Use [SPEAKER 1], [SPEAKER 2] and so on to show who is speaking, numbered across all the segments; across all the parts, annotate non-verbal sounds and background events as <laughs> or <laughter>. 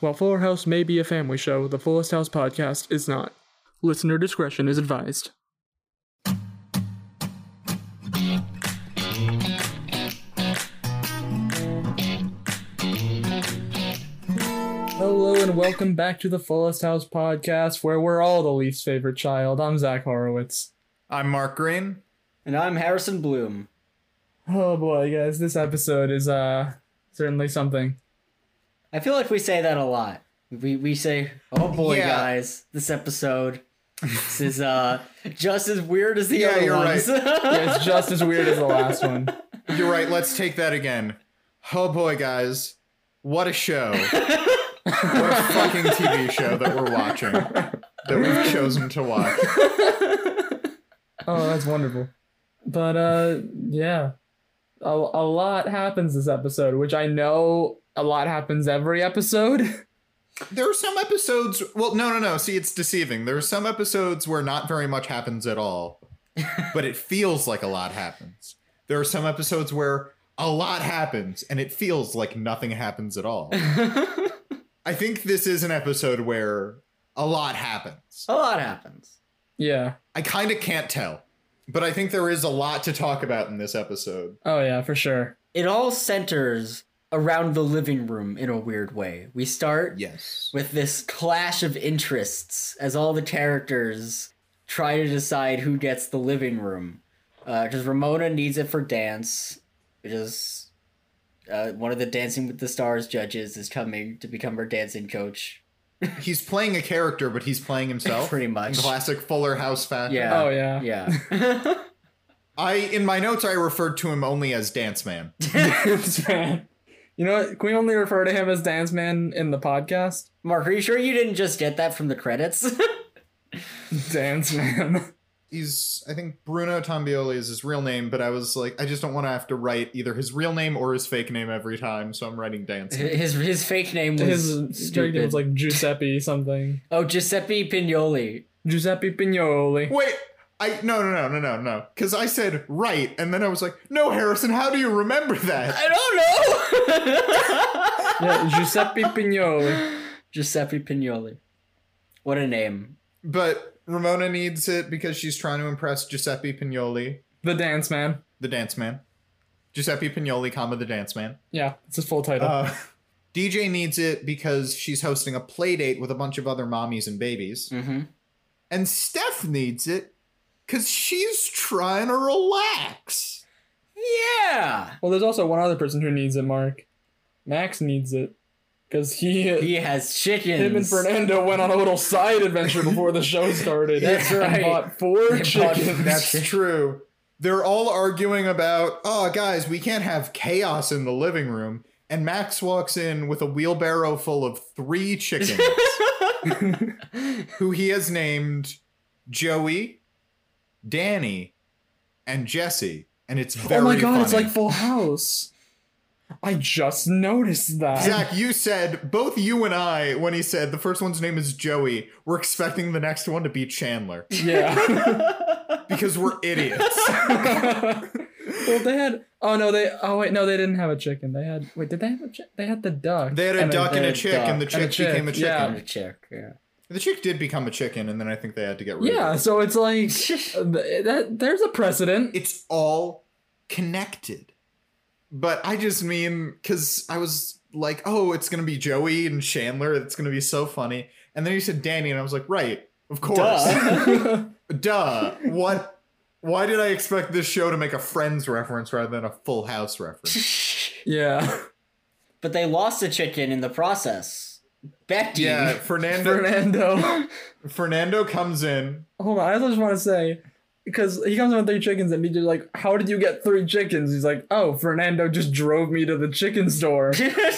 [SPEAKER 1] While Fuller House may be a family show, the Fullest House podcast is not. Listener discretion is advised. Hello and welcome back to the Fullest House podcast, where we're all the least favorite child. I'm Zach Horowitz.
[SPEAKER 2] I'm Mark Green.
[SPEAKER 3] And I'm Harrison Bloom.
[SPEAKER 1] Oh boy, guys, this episode is uh certainly something.
[SPEAKER 3] I feel like we say that a lot. We we say, "Oh boy,
[SPEAKER 2] Yeah.
[SPEAKER 3] guys, this episode this is uh <laughs> just as weird as the
[SPEAKER 2] Yeah,
[SPEAKER 3] other
[SPEAKER 2] you're
[SPEAKER 3] ones." <laughs>
[SPEAKER 1] Yeah, it's just as weird as the last one.
[SPEAKER 2] You're right. Let's take that again. Oh boy, guys, what a show! what a fucking TV show that we're watching, that we've chosen to watch.
[SPEAKER 1] Oh, that's wonderful. But uh yeah. A, a lot happens this episode, which I know a lot happens every episode. <laughs>
[SPEAKER 2] There are some episodes. Well, no, no, no. See, it's deceiving. There are some episodes where not very much happens at all, but it feels like a lot happens. There are some episodes where a lot happens and it feels like nothing happens at all. I think this is an episode where a lot happens.
[SPEAKER 3] a lot happens.
[SPEAKER 1] yeah.
[SPEAKER 2] I kind of can't tell, but I think there is a lot to talk about in this episode.
[SPEAKER 1] Oh yeah, for sure.
[SPEAKER 3] It all centers around the living room in a weird way. We start
[SPEAKER 2] Yes.
[SPEAKER 3] with this clash of interests as all the characters try to decide who gets the living room. Because Ramona needs it for dance, which is uh, one of the Dancing with the Stars judges is coming to become her dancing coach,
[SPEAKER 2] He's playing a character, but he's playing himself.
[SPEAKER 3] pretty much.
[SPEAKER 2] Classic Fuller House fashion.
[SPEAKER 3] Yeah.
[SPEAKER 1] Oh yeah. <laughs>
[SPEAKER 3] Yeah.
[SPEAKER 2] I in my notes I referred to him only as Dance Man.
[SPEAKER 1] That's right. You know what? Can we only refer to him as Dance Man in the podcast?
[SPEAKER 3] Mark, are you sure you didn't just get that from the credits?
[SPEAKER 1] <laughs>
[SPEAKER 3] <laughs>
[SPEAKER 1] Dance Man.
[SPEAKER 2] He's I think Bruno Tambioli is his real name, but I was like I just don't want to have to write either his real name or his fake name every time, so I'm writing Dance.
[SPEAKER 3] <laughs>
[SPEAKER 2] Man.
[SPEAKER 3] his his fake name was
[SPEAKER 1] <laughs> His character
[SPEAKER 3] stupid.
[SPEAKER 1] was like Giuseppe something.
[SPEAKER 3] oh Giuseppe Pignoli.
[SPEAKER 1] Giuseppe Pignoli.
[SPEAKER 2] Wait, I no no no no no no because I said right, and then I was like, no, Harrison, how do you remember that?
[SPEAKER 3] I don't know. <laughs>
[SPEAKER 1] Yeah, Giuseppe Pignoli.
[SPEAKER 3] Giuseppe Pignoli. What a name.
[SPEAKER 2] But Ramona needs it because she's trying to impress Giuseppe Pignoli,
[SPEAKER 1] The Dance Man.
[SPEAKER 2] the Dance Man. Giuseppe Pignoli, comma the Dance Man.
[SPEAKER 1] Yeah, it's his full title.
[SPEAKER 2] Uh, DJ needs it because she's hosting a play date with a bunch of other mommies and babies.
[SPEAKER 3] Mm-hmm.
[SPEAKER 2] And Steph needs it because she's trying to relax.
[SPEAKER 3] Yeah.
[SPEAKER 1] Well, there's also one other person who needs it, Mark. Max needs it because he,
[SPEAKER 3] He has chickens.
[SPEAKER 1] him and Fernando went on a little side adventure before the show started.
[SPEAKER 3] That's
[SPEAKER 1] and
[SPEAKER 3] right.
[SPEAKER 1] Bought four
[SPEAKER 3] They bought-
[SPEAKER 1] chickens.
[SPEAKER 2] <laughs> That's true. They're all arguing about, oh, guys, we can't have chaos in the living room. And Max walks in with a wheelbarrow full of three
[SPEAKER 1] <laughs>
[SPEAKER 2] chickens, who he has named Joey, Danny, and Jesse. And it's very
[SPEAKER 1] oh my god, it's
[SPEAKER 2] funny.
[SPEAKER 1] like Full House. I just noticed that.
[SPEAKER 2] Zach, you said both you and I, when he said the first one's name is Joey, we're expecting the next one to be Chandler
[SPEAKER 1] Yeah. <laughs>
[SPEAKER 2] because we're idiots.
[SPEAKER 1] well, they had. Oh no, they. Oh wait, no, they didn't have a chicken. They had. Wait, did they have a? Chi- they had the duck.
[SPEAKER 2] They had a duck and a
[SPEAKER 3] and a
[SPEAKER 2] chick, and the
[SPEAKER 1] duck
[SPEAKER 2] chick,
[SPEAKER 1] and a chick,
[SPEAKER 2] became a chicken.
[SPEAKER 1] yeah.
[SPEAKER 3] And a chick. Yeah. <laughs>
[SPEAKER 2] The chick did become a chicken, and then I think they had to get rid
[SPEAKER 1] Yeah,
[SPEAKER 2] of it.
[SPEAKER 1] so it's like uh, th- that. There's a precedent.
[SPEAKER 2] It's all connected. But I just mean, because I was like, oh, it's going to be Joey and Chandler. It's going to be so funny. And then you said Danny, and I was like, right, of course.
[SPEAKER 1] <laughs>
[SPEAKER 2] Duh. What? Why did I expect this show to make a Friends reference rather than a Full House
[SPEAKER 3] <laughs>
[SPEAKER 2] reference?
[SPEAKER 1] yeah.
[SPEAKER 3] but they lost a chicken in the process. Becky. <laughs>
[SPEAKER 1] <laughs>
[SPEAKER 2] Yeah, Fernando.
[SPEAKER 1] Fernando.
[SPEAKER 2] Fernando comes in.
[SPEAKER 1] Hold on, I also just want to say, because he comes in with three chickens, and BJ's like, "How did you get three chickens?" He's like, "Oh, Fernando just drove me to the chicken store."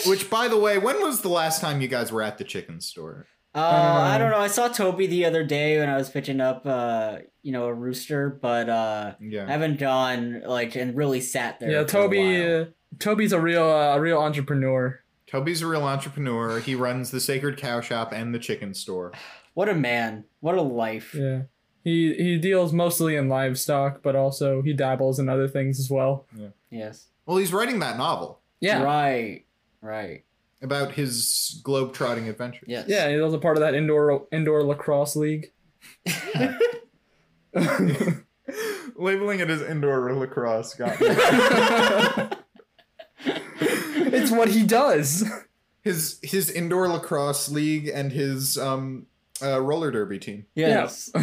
[SPEAKER 2] Which, by the way, when was the last time you guys were at the chicken store?
[SPEAKER 3] Uh,
[SPEAKER 1] um,
[SPEAKER 3] I don't know. I saw Toby the other day when I was picking up, uh, you know, a rooster, but uh, I
[SPEAKER 2] Yeah.
[SPEAKER 3] haven't gone like and really sat there.
[SPEAKER 1] yeah,
[SPEAKER 3] for a
[SPEAKER 1] Toby.
[SPEAKER 3] while.
[SPEAKER 1] Uh, Toby's a real, uh, a real entrepreneur.
[SPEAKER 2] Toby's a real entrepreneur. He runs the Sacred Cow Shop and the chicken store.
[SPEAKER 3] What a man! What a life!
[SPEAKER 1] Yeah, he he deals mostly in livestock, but also he dabbles in other things as well.
[SPEAKER 3] Yes.
[SPEAKER 2] Well, he's writing that novel.
[SPEAKER 1] Yeah,
[SPEAKER 3] Right. Right.
[SPEAKER 2] about his globe-trotting adventure.
[SPEAKER 3] Yes.
[SPEAKER 1] Yeah, he was a part of that indoor indoor lacrosse
[SPEAKER 3] <laughs>
[SPEAKER 1] league.
[SPEAKER 2] <laughs>
[SPEAKER 1] <laughs>
[SPEAKER 2] Labeling it as indoor lacrosse got me.
[SPEAKER 1] It's what he does.
[SPEAKER 2] <laughs> his his indoor lacrosse league and his um uh, roller derby team.
[SPEAKER 3] Yes.
[SPEAKER 1] <laughs>
[SPEAKER 3] <laughs>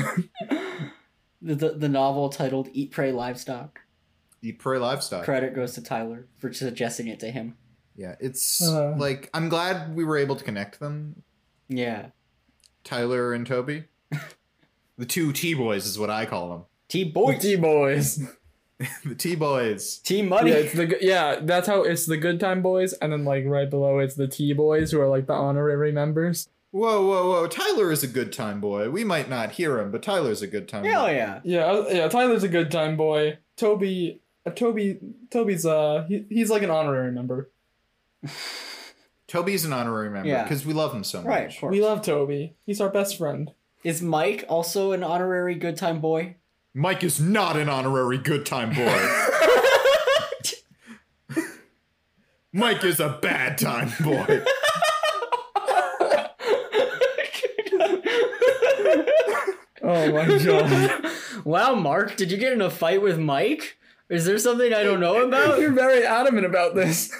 [SPEAKER 3] the, the the novel titled Eat Pray Livestock.
[SPEAKER 2] Eat prey livestock.
[SPEAKER 3] Credit goes to Tyler for suggesting it to him.
[SPEAKER 2] Yeah, it's
[SPEAKER 1] Uh.
[SPEAKER 2] like I'm glad we were able to connect them,
[SPEAKER 3] Yeah.
[SPEAKER 2] Tyler and Toby. the two T boys is what I call
[SPEAKER 3] T boy
[SPEAKER 1] T boys.
[SPEAKER 2] them. <laughs> the T boys.
[SPEAKER 3] T
[SPEAKER 1] Yeah,
[SPEAKER 3] money.
[SPEAKER 1] it's the g- yeah. That's how it's the good time boys, and then like right below it's the T boys who are like the honorary members.
[SPEAKER 2] Whoa, whoa, whoa! Tyler is a good time boy. We might not hear him, but Tyler's a good time.
[SPEAKER 3] <laughs> Hell
[SPEAKER 2] boy.
[SPEAKER 3] yeah.
[SPEAKER 1] Yeah, uh, yeah. Tyler's a good time boy. Toby, uh, Toby, Toby's uh, he, he's like an honorary member.
[SPEAKER 2] Toby's an honorary member
[SPEAKER 3] Yeah.
[SPEAKER 2] because we love him so much.
[SPEAKER 3] Right, of course.
[SPEAKER 1] We love Toby. He's our best friend.
[SPEAKER 3] Is Mike also an honorary good time <laughs> boy?
[SPEAKER 2] Mike is not an honorary good time
[SPEAKER 3] <laughs>
[SPEAKER 2] boy. Mike is a bad time boy.
[SPEAKER 1] Oh <laughs> my god.
[SPEAKER 3] wow, Mark, did you get in a fight with Mike? Is there something I don't know about?
[SPEAKER 1] You're very adamant about this.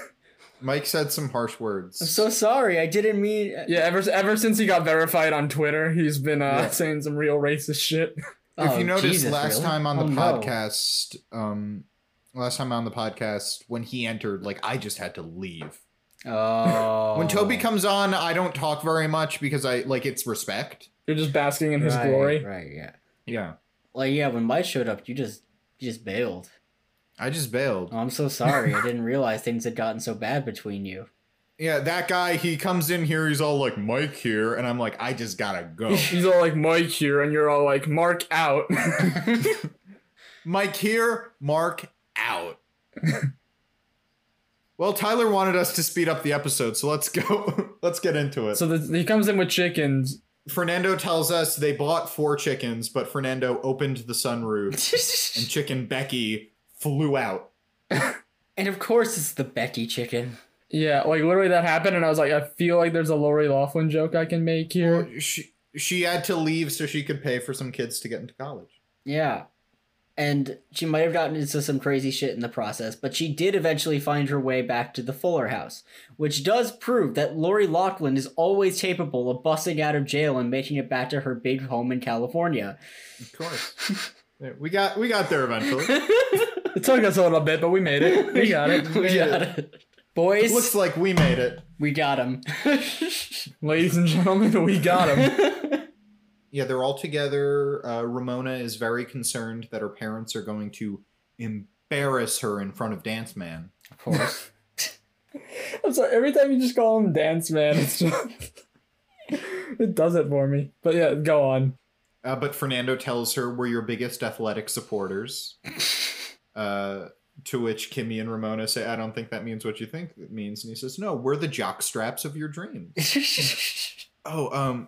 [SPEAKER 2] Mike said some harsh
[SPEAKER 3] I'm
[SPEAKER 2] words.
[SPEAKER 3] so sorry. I didn't mean.
[SPEAKER 1] Yeah, ever ever since he got verified on Twitter, he's been uh,
[SPEAKER 2] Yeah.
[SPEAKER 1] saying some real racist shit.
[SPEAKER 2] if
[SPEAKER 3] Oh,
[SPEAKER 2] you noticed
[SPEAKER 3] Jesus,
[SPEAKER 2] last
[SPEAKER 3] really?
[SPEAKER 2] time on
[SPEAKER 3] Oh,
[SPEAKER 2] the
[SPEAKER 3] no.
[SPEAKER 2] podcast, um, last time on the podcast when he entered, like I just had to leave.
[SPEAKER 3] Oh.
[SPEAKER 2] When Toby comes on, I don't talk very much because I like it's respect.
[SPEAKER 1] You're just basking in his
[SPEAKER 3] Right,
[SPEAKER 1] glory.
[SPEAKER 3] Right. Yeah.
[SPEAKER 2] Yeah,
[SPEAKER 3] Like yeah, when Mike showed up, you just you just bailed.
[SPEAKER 2] I just bailed.
[SPEAKER 3] Oh, I'm so sorry. I didn't realize things had gotten so bad between <laughs> you.
[SPEAKER 2] Yeah, that guy, he comes in here, he's all like Mike here, and I'm like, I just gotta
[SPEAKER 3] <laughs>
[SPEAKER 2] go.
[SPEAKER 1] He's all like Mike here, and you're all like Mark out.
[SPEAKER 2] Mike here, Mark out. well, Tyler wanted us to speed up the episode, so let's go. <laughs> let's get into it.
[SPEAKER 1] so the, he comes in with chickens.
[SPEAKER 2] Fernando tells us they bought four chickens, but Fernando opened the
[SPEAKER 3] <laughs>
[SPEAKER 2] sunroof and chicken Becky flew out.
[SPEAKER 3] and of course, it's the Becky chicken.
[SPEAKER 1] Yeah, like literally that happened, and I was like, I feel like there's a Lori Laughlin joke I can make here.
[SPEAKER 2] She she had to leave so she could pay for some kids to get into college.
[SPEAKER 3] Yeah. And she might have gotten into some crazy shit in the process, but she did eventually find her way back to the Fuller house, which does prove that Lori Lachlan is always capable of busting out of jail and making it back to her big home in <laughs> California.
[SPEAKER 2] Of course. we got we got there eventually.
[SPEAKER 1] It took us a little bit, but we made it. We got it. <laughs>
[SPEAKER 3] we got it. <laughs> Boys,
[SPEAKER 2] Looks like we made it.
[SPEAKER 3] we got <laughs> him.
[SPEAKER 1] Ladies and gentlemen, we got him.
[SPEAKER 2] Yeah, they're all together. Uh, Ramona is very concerned that her parents are going to embarrass her in front of Dance Man.
[SPEAKER 3] of course.
[SPEAKER 1] <laughs> I'm sorry, every time you just call him Dance Man, it's just. <laughs> it does it for me. But yeah, go on.
[SPEAKER 2] Uh, but Fernando tells her, We're your biggest athletic supporters. uh, to which Kimmy and Ramona say, I don't think that means what you think it means. And he says, No, we're the jock straps of your dreams. Oh, um,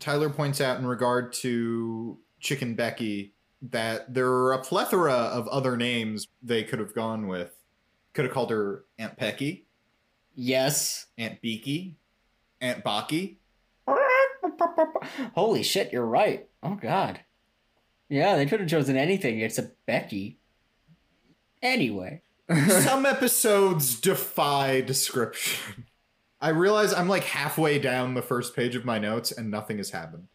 [SPEAKER 2] Tyler points out in regard to Chicken Becky that there are a plethora of other names they could have gone with. Could have called her Aunt Pecky.
[SPEAKER 3] yes.
[SPEAKER 2] Aunt Beaky, Aunt Baki.
[SPEAKER 3] Holy shit, you're right. Oh god. Yeah, they could have chosen anything except Becky. Anyway. <laughs>
[SPEAKER 2] Some episodes defy description. I realize I'm like halfway down the first page of my notes and nothing has happened.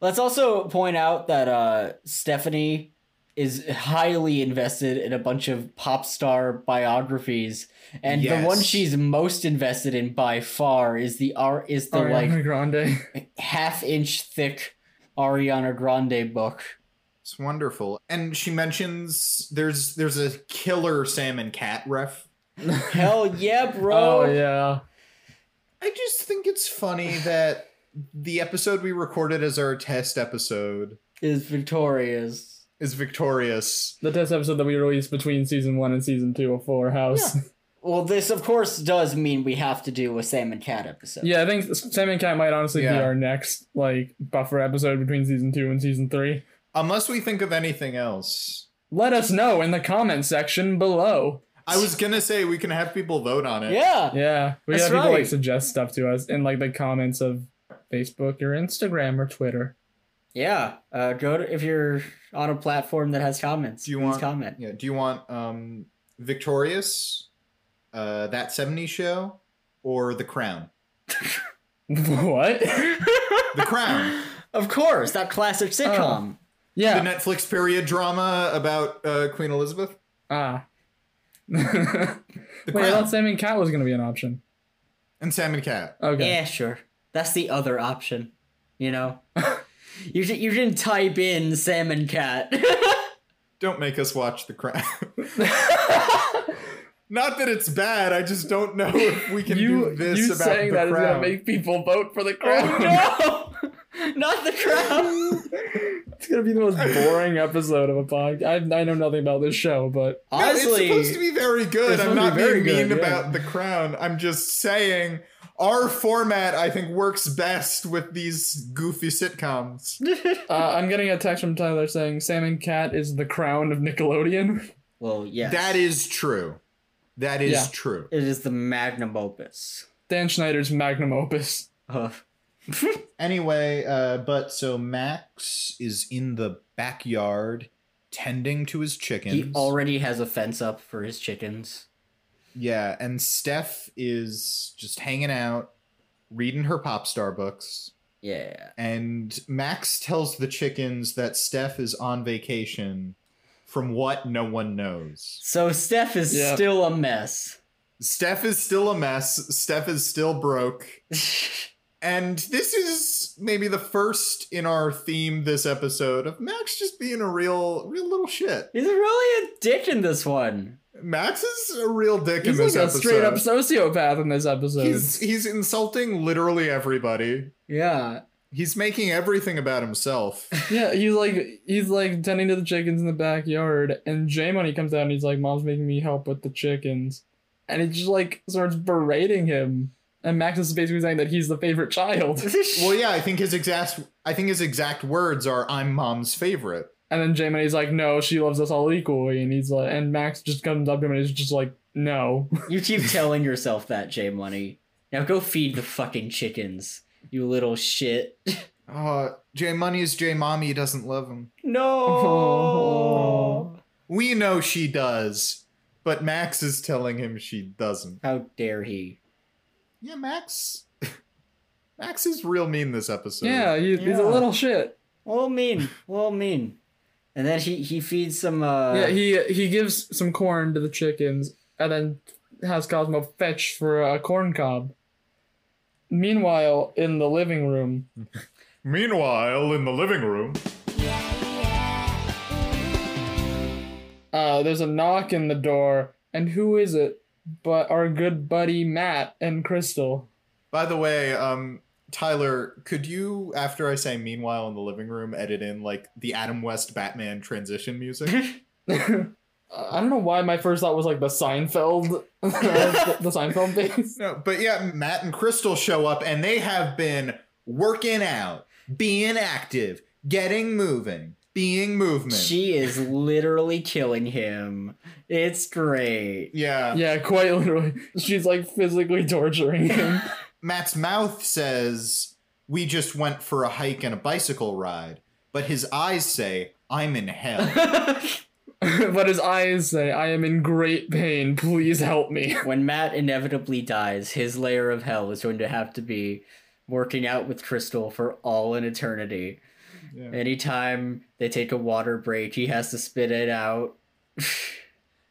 [SPEAKER 3] Let's also point out that uh Stephanie is highly invested in a bunch of pop star biographies and the one
[SPEAKER 2] Yes.
[SPEAKER 3] she's most invested in by far is the R is the
[SPEAKER 1] Ariana Grande.
[SPEAKER 3] like half inch thick Ariana Grande book.
[SPEAKER 2] It's wonderful. And she mentions there's there's a killer Sam and Cat ref.
[SPEAKER 3] Hell yeah, bro.
[SPEAKER 1] Oh yeah.
[SPEAKER 2] I just think it's funny that the episode we recorded as our test episode
[SPEAKER 3] Is victorious.
[SPEAKER 2] is victorious.
[SPEAKER 1] The test episode that we released between season one and season two of Fuller House. <laughs> Yeah,
[SPEAKER 3] Well, this of course does mean we have to do a Sam and Cat episode.
[SPEAKER 1] I think Sam and Cat might honestly be
[SPEAKER 2] Yeah.
[SPEAKER 1] our next like buffer episode between season two and season three.
[SPEAKER 2] Unless we think of anything else.
[SPEAKER 1] Let us know in the comment section below.
[SPEAKER 2] I was gonna say we can have people vote on it.
[SPEAKER 3] Yeah.
[SPEAKER 1] Yeah, we
[SPEAKER 3] That's
[SPEAKER 1] have people like
[SPEAKER 3] right.
[SPEAKER 1] suggest stuff to us in like the comments of Facebook or Instagram or
[SPEAKER 2] <laughs>
[SPEAKER 1] Twitter.
[SPEAKER 3] Yeah. Uh, go to if you're on a platform that has comments.
[SPEAKER 2] Do you
[SPEAKER 3] please
[SPEAKER 2] want-
[SPEAKER 3] comment?
[SPEAKER 2] Yeah. Do you want um Victorious, uh that 70s show, or The Crown?
[SPEAKER 1] what?
[SPEAKER 2] The
[SPEAKER 1] <laughs>
[SPEAKER 2] Crown,
[SPEAKER 3] Of course, that
[SPEAKER 2] Oh,
[SPEAKER 3] classic sitcom.
[SPEAKER 2] the
[SPEAKER 1] Yeah.
[SPEAKER 2] Netflix period drama about uh, Queen Elizabeth.
[SPEAKER 1] Ah. Wait,
[SPEAKER 2] <laughs> The
[SPEAKER 1] I
[SPEAKER 2] Crown
[SPEAKER 1] thought Sam and Cat was gonna be an option.
[SPEAKER 2] and Sam and Cat.
[SPEAKER 1] Okay.
[SPEAKER 3] Yeah, sure. That's the other option. You know, <laughs> you di- you didn't type in salmon <laughs> cat.
[SPEAKER 2] Don't make us watch
[SPEAKER 1] <laughs>
[SPEAKER 2] The Crown. <laughs> Not that it's bad. I just don't know if we can
[SPEAKER 1] you
[SPEAKER 2] do this
[SPEAKER 1] you
[SPEAKER 2] about
[SPEAKER 1] saying
[SPEAKER 2] The
[SPEAKER 1] that is
[SPEAKER 2] Crown.
[SPEAKER 1] gonna make people vote for the crown.
[SPEAKER 3] oh no! <laughs> Not the crown.
[SPEAKER 1] <laughs>
[SPEAKER 2] <laughs>
[SPEAKER 1] It's gonna be the most boring episode of a podcast. I, I know nothing about this show, but
[SPEAKER 2] No,
[SPEAKER 3] Honestly,
[SPEAKER 2] it's supposed to be very good.
[SPEAKER 1] It's
[SPEAKER 2] I'm
[SPEAKER 1] supposed to
[SPEAKER 2] not
[SPEAKER 1] be very
[SPEAKER 2] being mean
[SPEAKER 1] good, yeah.
[SPEAKER 2] about the crown. I'm just saying our format, I think, works best with these goofy sitcoms.
[SPEAKER 1] uh, I'm getting a text from Tyler saying Sam and Cat is the crown of Nickelodeon.
[SPEAKER 3] well, yes,
[SPEAKER 2] That is true. That is
[SPEAKER 1] Yeah.
[SPEAKER 2] true.
[SPEAKER 3] It is the magnum opus.
[SPEAKER 1] Dan Schneider's magnum opus.
[SPEAKER 3] of
[SPEAKER 2] Anyway, uh, but so Max is in the backyard tending to his chickens.
[SPEAKER 3] He already has a fence up for his chickens.
[SPEAKER 2] yeah, and Steph is just hanging out, reading her pop star books.
[SPEAKER 3] Yeah.
[SPEAKER 2] and Max tells the chickens that Steph is on vacation from what no one knows.
[SPEAKER 3] So Steph is
[SPEAKER 1] Yeah.
[SPEAKER 3] still a mess.
[SPEAKER 2] Steph is still a mess, Steph is still broke. And this is maybe the first in our theme this episode of Max just being a real real little shit.
[SPEAKER 3] He's really a dick in this one.
[SPEAKER 2] Max is a real dick
[SPEAKER 1] He's
[SPEAKER 2] in
[SPEAKER 1] like
[SPEAKER 2] this
[SPEAKER 1] a
[SPEAKER 2] episode.
[SPEAKER 1] straight up sociopath in this episode.
[SPEAKER 2] he's he's insulting literally everybody.
[SPEAKER 3] Yeah.
[SPEAKER 2] He's making everything
[SPEAKER 1] <laughs>
[SPEAKER 2] about himself.
[SPEAKER 1] yeah, he's like he's like tending to the chickens in the backyard, and J Money comes out and he's like, "Mom's making me help with the chickens," and he just like starts berating him. And Max is basically saying that he's the favorite child. <laughs>
[SPEAKER 2] well, yeah, I think his exact I think his exact words are I'm mom's favorite.
[SPEAKER 1] And then J Money's like, "No, she loves us all equally," and he's like, and Max just comes up to him and he's just like, "No."
[SPEAKER 3] you keep telling yourself that, J Money. Now go feed the fucking chickens, you
[SPEAKER 1] <laughs>
[SPEAKER 3] little shit.
[SPEAKER 2] Uh, J Money's J Mommy doesn't love him.
[SPEAKER 3] no.
[SPEAKER 2] We know she does, but Max is telling him she doesn't.
[SPEAKER 3] How dare he?
[SPEAKER 2] Yeah, Max. <laughs> Max is real mean this
[SPEAKER 1] <laughs>
[SPEAKER 2] episode.
[SPEAKER 1] yeah, he, he's
[SPEAKER 3] Yeah.
[SPEAKER 1] a little shit.
[SPEAKER 3] Well mean. Well mean. And then he he feeds some uh
[SPEAKER 1] yeah, he he gives some corn to the chickens and then has Cosmo fetch for a corn cob. Meanwhile, in the living room,
[SPEAKER 2] Meanwhile, in the living room.
[SPEAKER 1] uh, there's a knock in the door, and who is it? But our good buddy Matt and Crystal. <laughs>
[SPEAKER 2] By the way, um, Tyler, could you, after I say meanwhile in the living room, edit in like the Adam West Batman transition music?
[SPEAKER 1] I don't know why my first thought was like the Seinfeld, <laughs> the, the Seinfeld face.
[SPEAKER 2] no, but yeah, Matt and Crystal show up and they have been working out, being active, getting moving, being movement.
[SPEAKER 3] she is literally killing him. It's great. <laughs>
[SPEAKER 2] Yeah.
[SPEAKER 1] Yeah, quite literally. She's like physically torturing him. <laughs>
[SPEAKER 2] Matt's mouth says, We just went for a hike and a bicycle ride. But his eyes say, I'm
[SPEAKER 1] <laughs>
[SPEAKER 2] in hell.
[SPEAKER 1] but his eyes say, I am in great pain. Please help me.
[SPEAKER 3] when Matt inevitably dies, his layer of hell is going to have to be working out with Crystal for all an eternity.
[SPEAKER 2] Yeah.
[SPEAKER 3] Anytime they take a water break, he has to spit it out.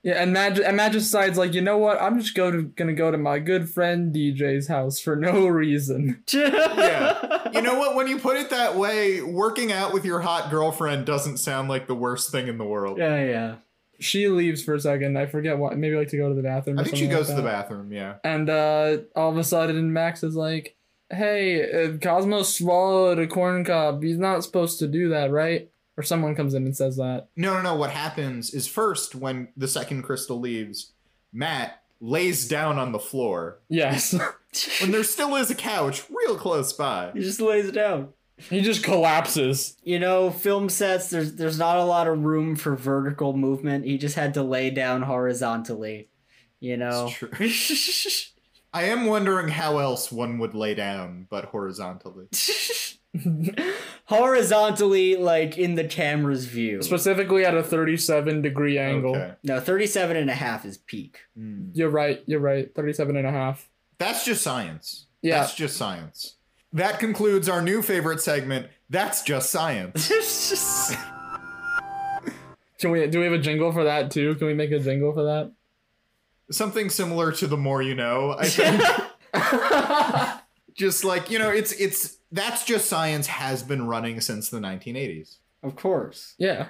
[SPEAKER 1] Yeah, and Matt, and Matt just decides, like, you know what? I'm just go to, gonna go to my good friend DJ's house for no <laughs> reason.
[SPEAKER 2] Yeah. you know what? When you put it that way, working out with your hot girlfriend doesn't sound like the worst thing in the world.
[SPEAKER 3] <laughs> Yeah, yeah.
[SPEAKER 1] She leaves for a second. I forget what. Maybe like to go to the bathroom.
[SPEAKER 2] I
[SPEAKER 1] or
[SPEAKER 2] think she
[SPEAKER 1] something
[SPEAKER 2] goes
[SPEAKER 1] like
[SPEAKER 2] to the
[SPEAKER 1] that.
[SPEAKER 2] bathroom, yeah.
[SPEAKER 1] And uh, all of a sudden, Max is like, "Hey, uh, Cosmo swallowed a corn cob. He's not supposed to do that, right?" Or someone comes in and says that. <laughs>
[SPEAKER 2] No, no, no. What happens is first, when the second crystal leaves, Matt lays down on the floor.
[SPEAKER 1] Yes, <laughs>
[SPEAKER 2] When there still is a couch real close by.
[SPEAKER 3] He just lays it down.
[SPEAKER 1] he just
[SPEAKER 2] <laughs>
[SPEAKER 1] collapses.
[SPEAKER 3] You know, film sets, there's there's not a lot of room for vertical movement. He just had to lay down horizontally. You know,
[SPEAKER 2] It's true. I am wondering how else one would lay down but horizontally.
[SPEAKER 3] <laughs> horizontally, like in the camera's view.
[SPEAKER 1] Specifically at a 37 degree angle.
[SPEAKER 2] Okay.
[SPEAKER 3] No, 37 and a half is peak.
[SPEAKER 2] Mm.
[SPEAKER 1] You're right. You're right. 37 and a half.
[SPEAKER 2] That's just science.
[SPEAKER 1] Yeah.
[SPEAKER 2] That's just science. That concludes our new favorite segment. That's just
[SPEAKER 1] <laughs>
[SPEAKER 2] science.
[SPEAKER 1] Can we do we have a jingle for that too? Can we make a jingle for that?
[SPEAKER 2] Something similar to the more you know, I think. <laughs> just like, you know, it's it's that's just science has been running since the 1980s.
[SPEAKER 3] of course.
[SPEAKER 1] Yeah.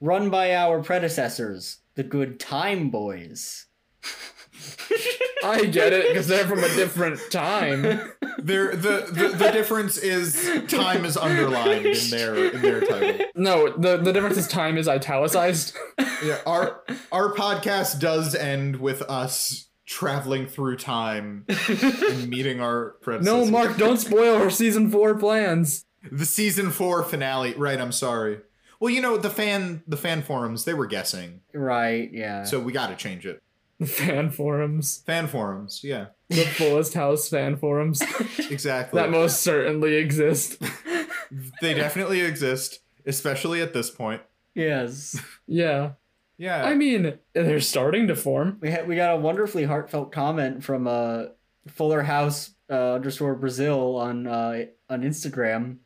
[SPEAKER 3] Run by our predecessors, the Good Time Boys.
[SPEAKER 1] I get it because they're from a different time.
[SPEAKER 2] There the, the the difference is time is underlined in their in their title.
[SPEAKER 1] <laughs> No, the, the difference is time is <laughs> italicized.
[SPEAKER 2] Yeah, our our podcast does end with us traveling through time and meeting our
[SPEAKER 1] No,
[SPEAKER 2] predecessors.
[SPEAKER 1] Mark, don't spoil our season four plans.
[SPEAKER 2] the season four finale. Right, I'm sorry. Well, you know the fan the fan forums they were guessing,
[SPEAKER 3] Right, yeah.
[SPEAKER 2] so we got to change it.
[SPEAKER 1] The fan forums.
[SPEAKER 2] Fan forums, <laughs> yeah,
[SPEAKER 1] <laughs> The fullest house fan forums
[SPEAKER 2] exactly.
[SPEAKER 1] that most certainly exist. <laughs>
[SPEAKER 2] they definitely exist, especially at this point.
[SPEAKER 3] yes.
[SPEAKER 1] Yeah.
[SPEAKER 2] Yeah,
[SPEAKER 1] I mean, they're starting to form.
[SPEAKER 3] We had we got a wonderfully heartfelt comment from uh Fuller House uh, underscore Brazil on uh on Instagram.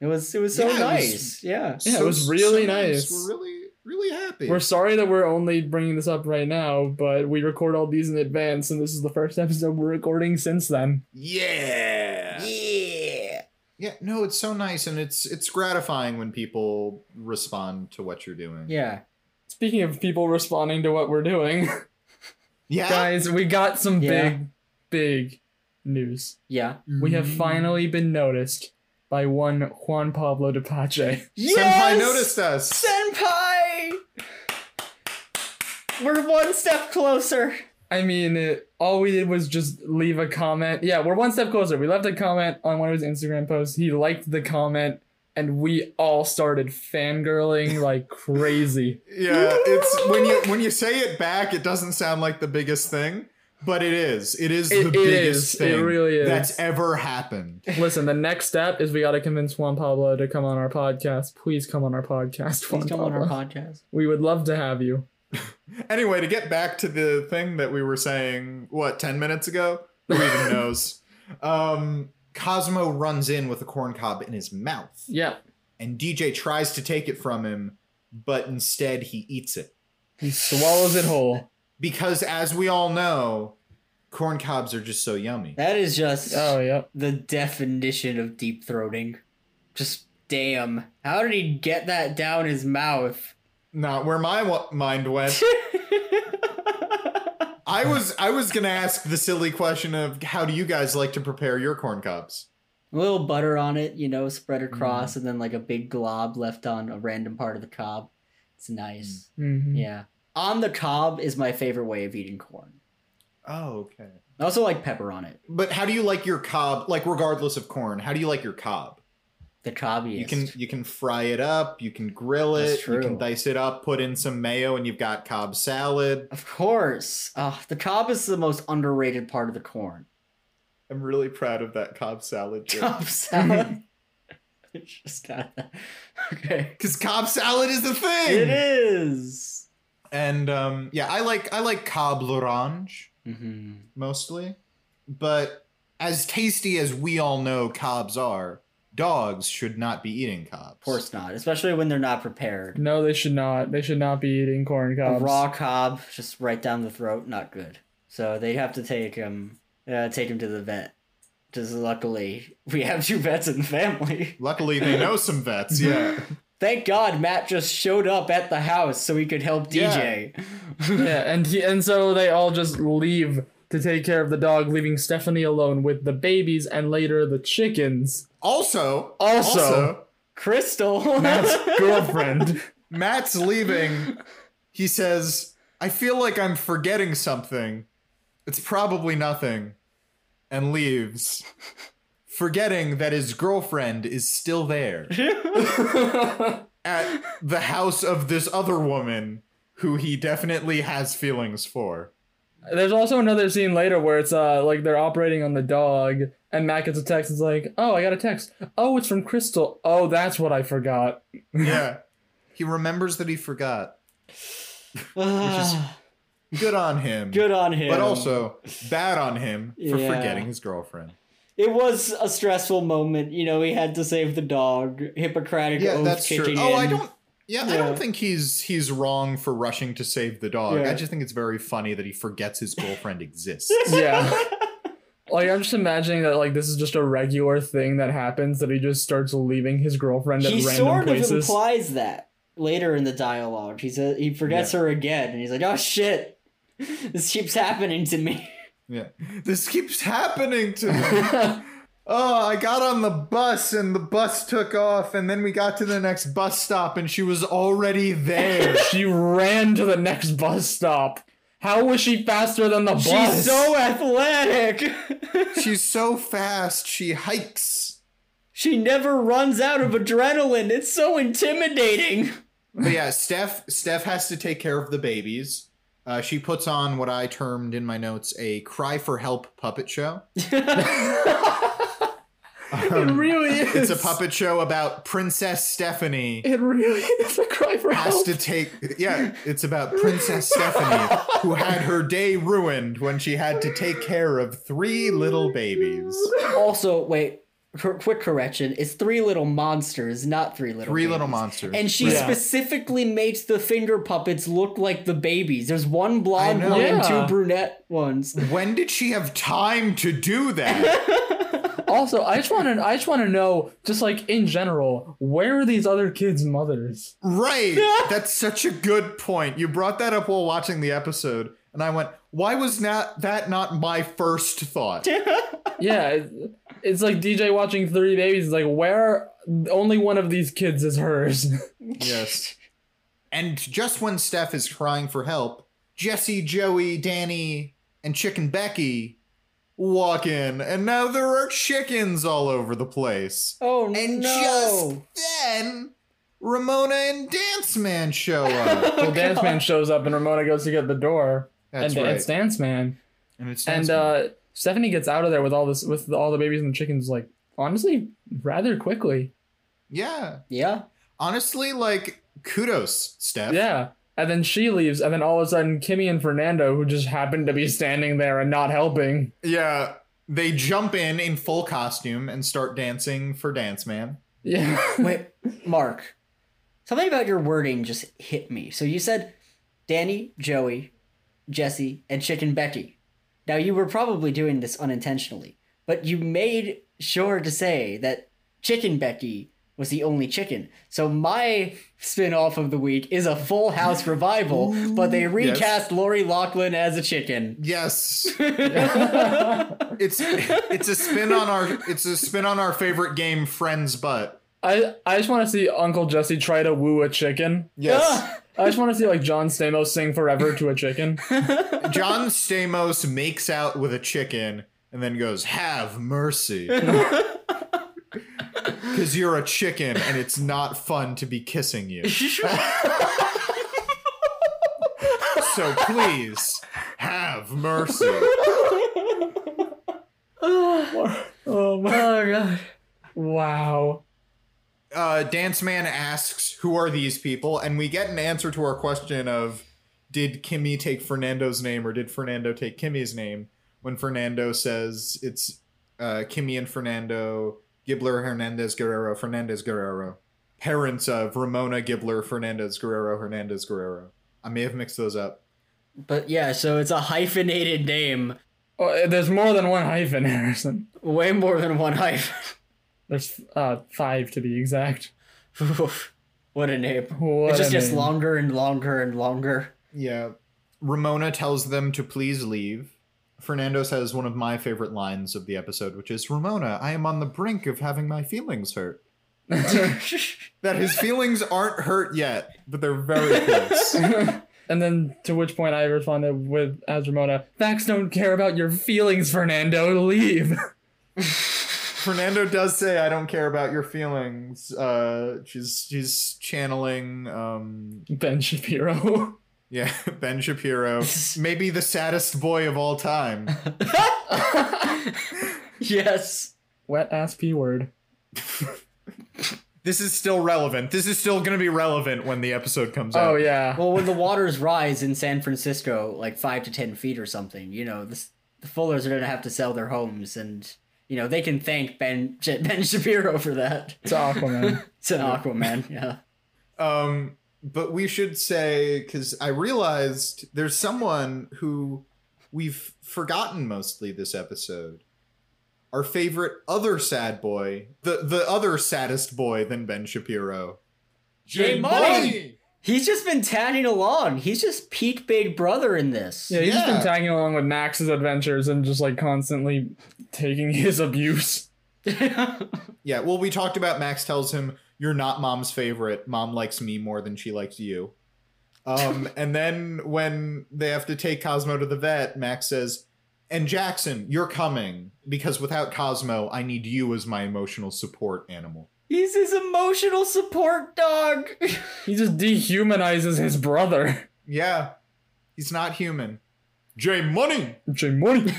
[SPEAKER 3] It was it was so
[SPEAKER 2] Yeah, it was-
[SPEAKER 3] nice. Yeah.
[SPEAKER 1] yeah, it was really nice.
[SPEAKER 2] We're really really happy.
[SPEAKER 1] We're sorry that we're only bringing this up right now, but we record all these in advance, and this is the first episode we're recording since then.
[SPEAKER 2] yeah.
[SPEAKER 3] Yeah.
[SPEAKER 2] Yeah, no, it's so nice and it's it's gratifying when people respond to what you're doing.
[SPEAKER 3] Yeah.
[SPEAKER 1] Speaking of people responding to what we're doing,
[SPEAKER 2] Yeah.
[SPEAKER 1] guys, we got some
[SPEAKER 3] Yeah.
[SPEAKER 1] big, big news.
[SPEAKER 3] Yeah.
[SPEAKER 1] We have
[SPEAKER 3] Mm.
[SPEAKER 2] Mm-hmm.
[SPEAKER 1] finally been noticed by one Juan Pablo de Pache.
[SPEAKER 2] Senpai noticed us.
[SPEAKER 3] Senpai! We're one step closer.
[SPEAKER 1] I mean, it, all we did was just leave a comment. Yeah, we're one step closer. We left a comment on one of his Instagram posts. He liked the comment, and we all started fangirling
[SPEAKER 3] <laughs>
[SPEAKER 1] like crazy.
[SPEAKER 2] Yeah, it's when you when you say it back, it doesn't sound like the biggest thing, but it is. It is
[SPEAKER 1] It
[SPEAKER 2] the
[SPEAKER 1] is.
[SPEAKER 2] biggest
[SPEAKER 1] It
[SPEAKER 2] thing
[SPEAKER 1] really is.
[SPEAKER 2] that's ever happened.
[SPEAKER 1] Listen, the next step is we got to convince Juan Pablo to come on our podcast. Please come on our podcast, Juan
[SPEAKER 3] Please come
[SPEAKER 1] Pablo.
[SPEAKER 3] on our podcast.
[SPEAKER 1] we would love to have you.
[SPEAKER 2] Anyway, to get back to the thing that we were saying, what ten minutes ago?
[SPEAKER 1] <laughs>
[SPEAKER 2] Who even knows? Um, Cosmo runs in with a corn cob in his mouth,
[SPEAKER 1] Yeah,
[SPEAKER 2] and DJ tries to take it from him, but instead he eats it.
[SPEAKER 1] he swallows it
[SPEAKER 3] <laughs>
[SPEAKER 1] whole.
[SPEAKER 2] because as we all know, corn cobs are just so yummy.
[SPEAKER 3] That is just
[SPEAKER 1] Oh, yeah.
[SPEAKER 3] the definition of deep throating. Just damn. How did he get that down his mouth?
[SPEAKER 2] Not where my w- mind went. I was I was gonna ask the silly question of how do you guys like to prepare your corn cobs?
[SPEAKER 3] A little butter on it, you know, spread across,
[SPEAKER 2] Mm.
[SPEAKER 3] and then like a big glob left on a random part of the cob. It's nice.
[SPEAKER 2] Mm.
[SPEAKER 1] Mhm.
[SPEAKER 3] Yeah. On the cob is my favorite way of eating corn.
[SPEAKER 2] Oh, okay.
[SPEAKER 3] I also like pepper on it.
[SPEAKER 2] But how do you like your cob? Like regardless of corn, how do you like your cob?
[SPEAKER 3] The cobbiest.
[SPEAKER 2] You can you can fry it up, you can grill it,
[SPEAKER 3] That's
[SPEAKER 2] you
[SPEAKER 3] true.
[SPEAKER 2] can dice it up, put in some mayo, and you've got cob salad.
[SPEAKER 3] Of course. Uh, the cob is the most underrated part of the corn.
[SPEAKER 2] I'm really proud of that cob salad.
[SPEAKER 3] <laughs> Cob salad. It's just got that. <laughs> Okay.
[SPEAKER 2] Because cob salad is the thing.
[SPEAKER 3] It is.
[SPEAKER 2] And um, yeah, I like I like cob l'orange
[SPEAKER 3] Mm-hmm.
[SPEAKER 2] mostly, but as tasty as we all know cobs are, dogs should not be eating cobs.
[SPEAKER 3] Of course not, especially when they're not prepared.
[SPEAKER 1] No, they should not. They should not be eating corn
[SPEAKER 3] A
[SPEAKER 1] cobs.
[SPEAKER 3] raw cob, just right down the throat, not good. So they have to take him, uh, take him to the vet. Because luckily, <laughs> we have two vets in the family.
[SPEAKER 2] Luckily, they know some vets. Yeah,
[SPEAKER 3] Thank God Matt just showed up at the house so he could help DJ.
[SPEAKER 1] yeah, and he, and so they all just leave to take care of the dog, leaving Stephanie alone with the babies and later the chickens.
[SPEAKER 2] Also,
[SPEAKER 1] Also-
[SPEAKER 3] <laughs> Crystal. <laughs>
[SPEAKER 1] Matt's
[SPEAKER 2] <laughs>
[SPEAKER 1] girlfriend.
[SPEAKER 2] Matt's leaving. He says, "I feel like I'm forgetting something. It's probably nothing," and leaves, forgetting that his girlfriend is still
[SPEAKER 3] <laughs>
[SPEAKER 2] there. at the house of this other woman who he definitely has feelings for.
[SPEAKER 1] There's also another scene later where it's uh like they're operating on the dog and Matt gets a text. It's like, oh, I got a text. Oh, it's from Crystal. Oh, that's what I forgot.
[SPEAKER 2] Yeah. he remembers that he forgot. Good on him.
[SPEAKER 3] Good on him.
[SPEAKER 2] But also bad on him for
[SPEAKER 3] Yeah.
[SPEAKER 2] forgetting his girlfriend.
[SPEAKER 3] it was a stressful moment. You know, he had to save the dog. Hippocratic
[SPEAKER 2] Yeah,
[SPEAKER 3] oath
[SPEAKER 2] that's true.
[SPEAKER 3] kicking
[SPEAKER 2] Oh, I
[SPEAKER 3] in.
[SPEAKER 2] don't. Yeah, I
[SPEAKER 3] Yeah.
[SPEAKER 2] don't think he's he's wrong for rushing to save the dog.
[SPEAKER 3] Yeah.
[SPEAKER 2] I just think it's very funny that he forgets his girlfriend <laughs> exists.
[SPEAKER 3] <laughs>
[SPEAKER 1] Yeah. Like I'm just imagining that like this is just a regular thing that happens that he just starts leaving his girlfriend at
[SPEAKER 3] he
[SPEAKER 1] random
[SPEAKER 3] sort
[SPEAKER 1] places.
[SPEAKER 3] of implies that later in the dialogue. He says he forgets her again, and he's like, "Oh shit, this keeps happening to me."
[SPEAKER 2] Yeah. This keeps happening to <laughs> me. oh, I got on the bus and the bus took off, and then we got to the next bus stop and she was already <laughs> there.
[SPEAKER 1] she ran to the next bus stop. How was she faster than the bus?
[SPEAKER 3] She's so <laughs> athletic.
[SPEAKER 2] She's so fast, she hikes.
[SPEAKER 3] she never runs out of adrenaline. It's so intimidating.
[SPEAKER 2] But yeah, Steph Steph has to take care of the babies. Uh, she puts on what I termed in my notes a cry for help puppet show.
[SPEAKER 1] it
[SPEAKER 2] <laughs> Um,
[SPEAKER 1] really is.
[SPEAKER 2] it's a puppet show about Princess Stephanie.
[SPEAKER 1] It really is a cry for
[SPEAKER 2] has
[SPEAKER 1] help.
[SPEAKER 2] to take yeah it's about princess stephanie who had her day ruined when she had to take care of three little babies
[SPEAKER 3] also, wait, cor- quick correction. It's three little monsters, not three little.
[SPEAKER 2] three little
[SPEAKER 3] Babies.
[SPEAKER 2] monsters
[SPEAKER 3] And she
[SPEAKER 1] Yeah.
[SPEAKER 3] specifically makes the finger puppets look like the babies. There's one blonde
[SPEAKER 2] know.
[SPEAKER 3] one and
[SPEAKER 1] Yeah.
[SPEAKER 3] two brunette ones.
[SPEAKER 2] when did she have time to do that
[SPEAKER 1] also, I just want to I just want to know just like in general, where are these other kids' mothers?
[SPEAKER 2] right that's such a good point you brought that up while watching the episode and i went why was not that not my first thought
[SPEAKER 1] Yeah, it- it's like DJ watching 30 babies is like where only one of these kids is <laughs> hers.
[SPEAKER 2] yes <laughs> and just when steph is crying for help jesse joey danny and chicken becky walk in and now there are chickens all over the place
[SPEAKER 3] Oh
[SPEAKER 2] and
[SPEAKER 3] no!
[SPEAKER 2] just then ramona and dance man
[SPEAKER 1] <laughs>
[SPEAKER 2] show up
[SPEAKER 1] well, Dance Man shows up and Ramona goes to get the door
[SPEAKER 2] that's
[SPEAKER 1] and
[SPEAKER 2] right
[SPEAKER 1] it's Dance Man.
[SPEAKER 2] and it's
[SPEAKER 1] and
[SPEAKER 2] Dance Man.
[SPEAKER 1] uh Stephanie gets out of there with all this with all the babies and the chickens like honestly rather quickly.
[SPEAKER 2] yeah
[SPEAKER 3] yeah.
[SPEAKER 2] honestly like kudos steph
[SPEAKER 1] Yeah. And then she leaves, and then all of a sudden, Kimmy and Fernando, who just happened to be standing there and not helping,
[SPEAKER 2] yeah they jump in in full costume and start dancing for dance man
[SPEAKER 1] yeah,
[SPEAKER 3] Wait, Mark. Something about your wording just hit me. So you said Danny, Joey, Jesse, and Chicken Becky. Now you were probably doing this unintentionally, but you made sure to say that Chicken Becky was the only chicken. So my spin-off of the week is a full house revival, but they recast Lori Lachlan as
[SPEAKER 2] <laughs>
[SPEAKER 3] a chicken.
[SPEAKER 2] yes it's it's a spin on our it's a spin on our favorite game friends butt
[SPEAKER 1] <laughs> I I just want to see Uncle Jesse try to woo a chicken. I just want to see like John Stamos sing forever to a chicken.
[SPEAKER 2] John Stamos makes out with a chicken and then goes, Have mercy. Because you're a chicken and it's not fun to be kissing you.
[SPEAKER 3] Oh,
[SPEAKER 2] so please, have mercy.
[SPEAKER 1] oh my
[SPEAKER 3] Oh god.
[SPEAKER 1] wow!
[SPEAKER 2] Uh, Dance Man asks, Who are these people? And we get an answer to our question of, Did Kimmy take Fernando's name or did Fernando take Kimmy's name? When Fernando says it's uh, Kimmy and Fernando, Gibbler, Hernandez, Guerrero, Fernandez, Guerrero. Parents of Ramona, Gibbler, Fernandez, Guerrero, Hernandez, Guerrero. I may have mixed those up.
[SPEAKER 3] But yeah, so it's a hyphenated name.
[SPEAKER 1] Oh, there's more than one hyphen, <laughs> Harrison.
[SPEAKER 3] Way more than one hyphen.
[SPEAKER 1] There's uh five to be exact.
[SPEAKER 3] <laughs> Oof. what a name.
[SPEAKER 1] What
[SPEAKER 3] it just
[SPEAKER 1] a
[SPEAKER 3] gets
[SPEAKER 1] name.
[SPEAKER 3] longer and longer and longer. <laughs>
[SPEAKER 2] Yeah. Ramona tells them to please leave. Fernando says one of my favorite lines of the episode, which is Ramona, I am on the brink of having my feelings hurt. that his feelings aren't hurt yet, but they're very close.
[SPEAKER 1] And then to which point I responded with as Ramona, facts don't care about your feelings, Fernando. Leave. <laughs>
[SPEAKER 2] Fernando does say, I don't care about your feelings. Uh, she's she's channeling um,
[SPEAKER 1] Ben Shapiro. <laughs>
[SPEAKER 2] Yeah, <laughs> Ben Shapiro, maybe the saddest boy of all time.
[SPEAKER 3] Yes.
[SPEAKER 1] Wet ass P word.
[SPEAKER 2] This is still relevant. This is still going to be relevant when the episode comes out.
[SPEAKER 1] Oh, yeah.
[SPEAKER 3] Well, when the waters rise in San Francisco, like five to ten feet or something, you know, this, the Fullers are gonna have to sell their homes, and you know they can thank Ben <laughs> Ben Shapiro for that.
[SPEAKER 1] It's <laughs> Aquaman.
[SPEAKER 3] It's an Aquaman, yeah.
[SPEAKER 2] Um, but we should say because I realized there's someone who we've forgotten mostly this episode. Our favorite other sad boy, the the other saddest boy than Ben Shapiro.
[SPEAKER 3] Jay Money! He's just been tagging along. He's just peak Big Brother in this.
[SPEAKER 1] Yeah, he's just
[SPEAKER 2] Yeah.
[SPEAKER 1] been tagging along with Max's adventures and just like constantly taking <laughs> his abuse.
[SPEAKER 2] Yeah, well, we talked about Max tells him you're not mom's favorite. Mom likes me more than she likes you. Um, and then when they have to take Cosmo to the vet, Max says, "And Jackson, you're coming because without Cosmo, I need you as my emotional support animal."
[SPEAKER 3] <laughs> He's his emotional support dog. <laughs>
[SPEAKER 1] He just dehumanizes his brother. <laughs>
[SPEAKER 2] Yeah, he's not human. J Money.
[SPEAKER 1] Jay <laughs> Money.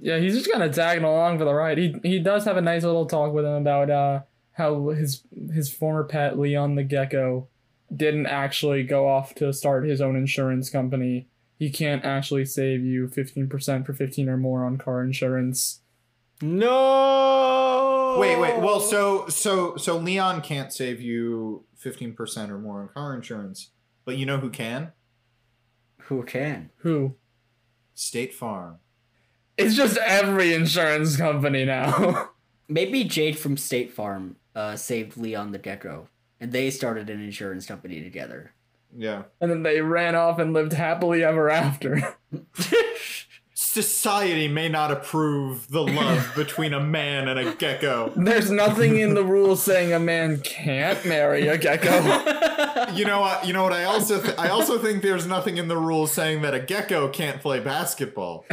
[SPEAKER 1] Yeah, he's just kind of tagging along for the ride. He he does have a nice little talk with him about uh, how his his former pet Leon the gecko didn't actually go off to start his own insurance company. He can't actually save you fifteen percent for fifteen or more on car insurance.
[SPEAKER 3] no.
[SPEAKER 2] Wait, wait. Well, so so so Leon can't save you fifteen percent or more on car insurance, but you know who can?
[SPEAKER 3] who can?
[SPEAKER 1] Who?
[SPEAKER 2] State Farm.
[SPEAKER 1] It's just every insurance company now. <laughs>
[SPEAKER 3] Maybe Jade from State Farm uh, saved Leon the gecko, and they started an insurance company together.
[SPEAKER 2] Yeah.
[SPEAKER 1] and then they ran off and lived happily ever after. <laughs>
[SPEAKER 2] Society may not approve
[SPEAKER 1] <laughs>
[SPEAKER 2] the love between a man and a gecko.
[SPEAKER 1] There's nothing in the rules saying a man can't marry a gecko. <laughs>
[SPEAKER 2] You know what? You know what? I also th- I also think there's nothing in the rules saying that a gecko can't play basketball.
[SPEAKER 1] <laughs>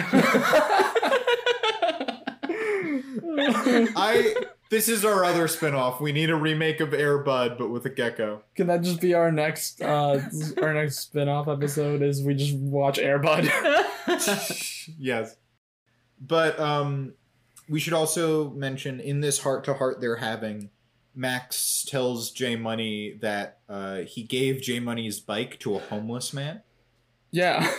[SPEAKER 2] I this is our other spin-off. We need a remake of Air Bud, but with
[SPEAKER 1] <laughs>
[SPEAKER 2] a gecko.
[SPEAKER 1] Can that just be our next uh our next spin-off episode is we just watch Airbud. <laughs>
[SPEAKER 2] yes. But um we should also mention in this heart to heart they're having Max tells J Money that uh, he gave J Money's bike to a homeless man.
[SPEAKER 1] yeah.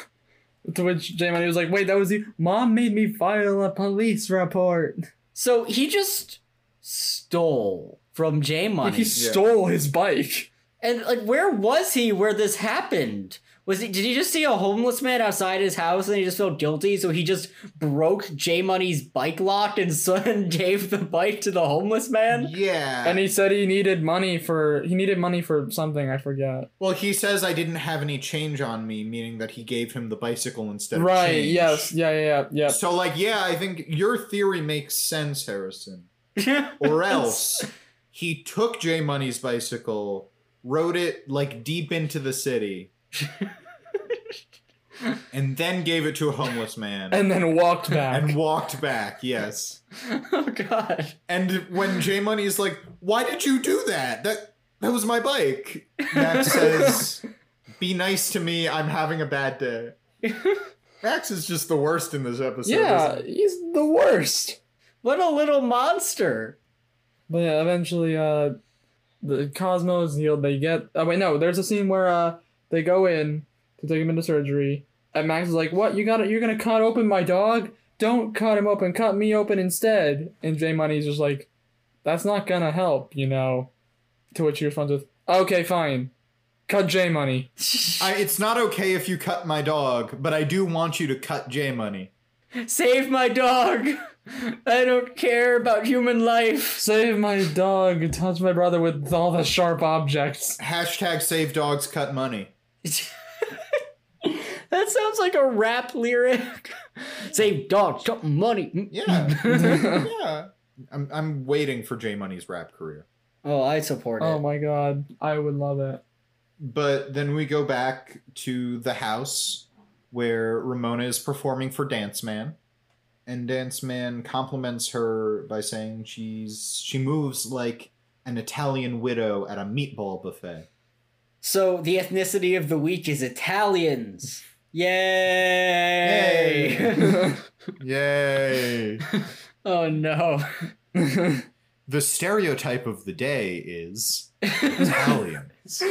[SPEAKER 1] To which Jay Money was like, wait, that was you Mom made me file a police report.
[SPEAKER 3] So he just stole from J Money.
[SPEAKER 1] He stole his bike.
[SPEAKER 3] And like, where was he where this happened? Was he? Did he just see a homeless man outside his house and he just felt guilty? So he just broke J Money's bike lock and <laughs> son gave the bike to the homeless man.
[SPEAKER 2] Yeah.
[SPEAKER 1] And he said he needed money for he needed money for something, I forget.
[SPEAKER 2] well, he says I didn't have any change on me, meaning that he gave him the bicycle instead of
[SPEAKER 1] Right,
[SPEAKER 2] change.
[SPEAKER 1] yes, yeah, yeah, yeah, yeah.
[SPEAKER 2] So like, yeah, I think your theory makes sense, Harrison.
[SPEAKER 1] <laughs>
[SPEAKER 2] or else he took J Money's bicycle, rode it like deep into
[SPEAKER 1] <laughs>
[SPEAKER 2] the city, and then gave it to a homeless man and,
[SPEAKER 1] And then <laughs> walked back.
[SPEAKER 2] walked back. Yes.
[SPEAKER 3] <laughs> oh God!
[SPEAKER 2] And when J Money's like, "Why did you do that? That that was my bike." Max says, "Be nice to me. I'm having a bad day." Max is just the worst in this episode.
[SPEAKER 1] yeah,
[SPEAKER 2] isn't he?
[SPEAKER 1] he's the worst.
[SPEAKER 3] What a little monster!
[SPEAKER 1] But yeah, eventually, uh, the Cosmo is healed. They get. Oh wait, no. There's a scene where uh, they go in to take him into surgery, and Max is like, "What? You got to You're gonna cut open my dog? Don't cut him open. Cut me open instead." And J Money's just like, "That's not gonna help, you know." To which he responds with, "Okay, fine." Cut J Money.
[SPEAKER 2] I, it's not okay if you cut my dog, but I do want you to cut J Money.
[SPEAKER 3] Save my dog! I don't care about human life. <laughs>
[SPEAKER 1] Save my dog. Touch my brother with all the sharp objects.
[SPEAKER 2] Hashtag save dogs cut money.
[SPEAKER 3] That sounds like a rap lyric. Save dog, stop money.
[SPEAKER 2] Yeah. yeah. I'm, I'm waiting for J Money's rap career.
[SPEAKER 3] Oh, I support
[SPEAKER 1] Oh
[SPEAKER 3] it.
[SPEAKER 1] my god, I would love it.
[SPEAKER 2] But then we go back to the house where Ramona is performing for Dance Man. And Dance Man compliments her by saying she's she moves like an Italian widow at a meatball buffet.
[SPEAKER 3] So the ethnicity of the week is Italians. Yay!
[SPEAKER 2] Yay.
[SPEAKER 3] <laughs> oh no.
[SPEAKER 2] <laughs>
[SPEAKER 3] <laughs>
[SPEAKER 2] The stereotype of the day is Italians.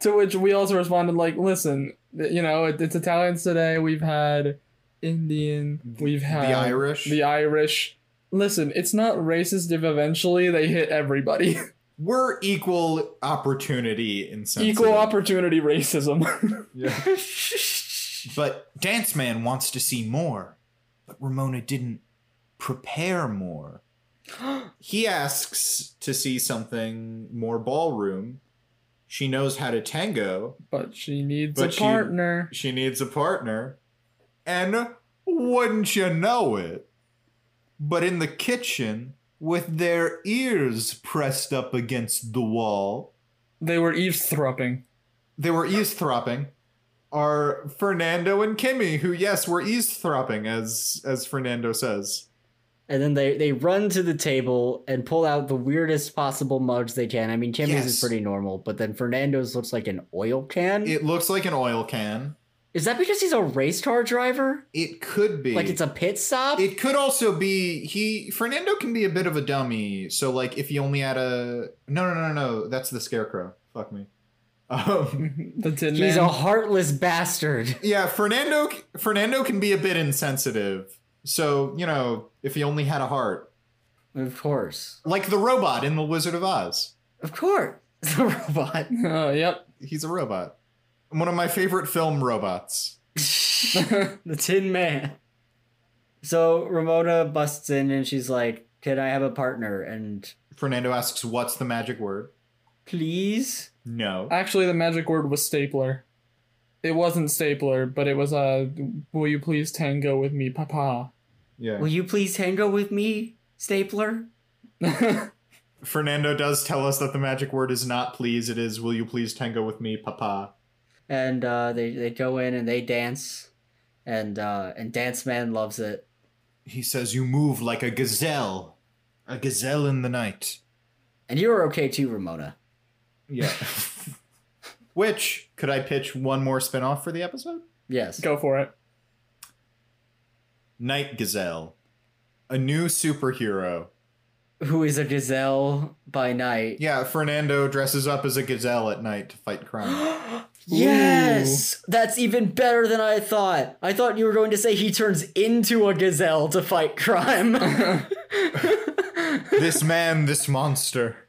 [SPEAKER 1] to which we also responded like, listen, th- you know, it, it's Italians today. We've had Indian. We've had
[SPEAKER 2] the Irish.
[SPEAKER 1] Uh, The Irish. Listen, it's not racist if eventually they hit everybody. <laughs>
[SPEAKER 2] We're equal opportunity in sense.
[SPEAKER 1] Equal opportunity racism. <laughs>
[SPEAKER 2] But Dance Man wants to see more. But Ramona didn't prepare more. he asks to see something more ballroom. She knows how to tango.
[SPEAKER 1] but she needs
[SPEAKER 2] But
[SPEAKER 1] a
[SPEAKER 2] she-
[SPEAKER 1] partner.
[SPEAKER 2] She needs a partner. And wouldn't you know it? But in the kitchen, with their ears pressed up against the wall,
[SPEAKER 1] They were eavesdropping. <laughs>
[SPEAKER 2] they were eavesdropping are Fernando and Kimmy, who yes, were eavesdropping, as as Fernando says.
[SPEAKER 3] And then they, they run to the table and pull out the weirdest possible mugs they can. I mean, Kimmy's
[SPEAKER 2] Yes.
[SPEAKER 3] is pretty normal, but then Fernando's looks like an oil can. Is
[SPEAKER 2] It looks like an oil can.
[SPEAKER 3] that because he's a race car driver?
[SPEAKER 2] It could be
[SPEAKER 3] Like it's a pit stop?
[SPEAKER 2] it could also be he Fernando can be a bit of a dummy. So like if you only had a no no no no no that's the scarecrow. Fuck me. Um
[SPEAKER 1] the Tin
[SPEAKER 3] he's
[SPEAKER 1] Man.
[SPEAKER 3] a heartless bastard.
[SPEAKER 2] yeah, Fernando Fernando can be a bit insensitive. So, you know, if he only had a heart.
[SPEAKER 3] Of course.
[SPEAKER 2] Like the robot in The Wizard of Oz.
[SPEAKER 3] Of course. <laughs> It's a robot.
[SPEAKER 1] <laughs> Oh, yep.
[SPEAKER 2] He's a robot. One of my favorite film robots.
[SPEAKER 3] the Tin Man. So Ramona busts in and she's like, Can I have a partner? And
[SPEAKER 2] Fernando asks, What's the magic word?
[SPEAKER 3] please?
[SPEAKER 2] No.
[SPEAKER 1] Actually, the magic word was stapler. It wasn't stapler, but it was uh, will you please tango with me, papa? <laughs>
[SPEAKER 2] Yeah.
[SPEAKER 3] Will you please tango with me, Stapler?
[SPEAKER 2] Fernando does tell us that the magic word is not please, it is will you please tango with me, papa.
[SPEAKER 3] And uh, they, they go in and they dance. And uh, and Dance Man loves it.
[SPEAKER 2] He says, You move like a gazelle. A gazelle in the night.
[SPEAKER 3] And you're okay too, Ramona.
[SPEAKER 2] Yeah. <laughs> Which, could I pitch one more spin off for the episode?
[SPEAKER 3] Yes.
[SPEAKER 1] Go for it.
[SPEAKER 2] Night Gazelle, a new superhero.
[SPEAKER 3] Who is a gazelle by night.
[SPEAKER 2] Yeah, Fernando dresses up as a gazelle at night to fight
[SPEAKER 3] <gasps>
[SPEAKER 2] crime.
[SPEAKER 3] Yes! That's even better than I thought. I thought you were going to say he turns into a gazelle to fight crime.
[SPEAKER 2] this man, this monster.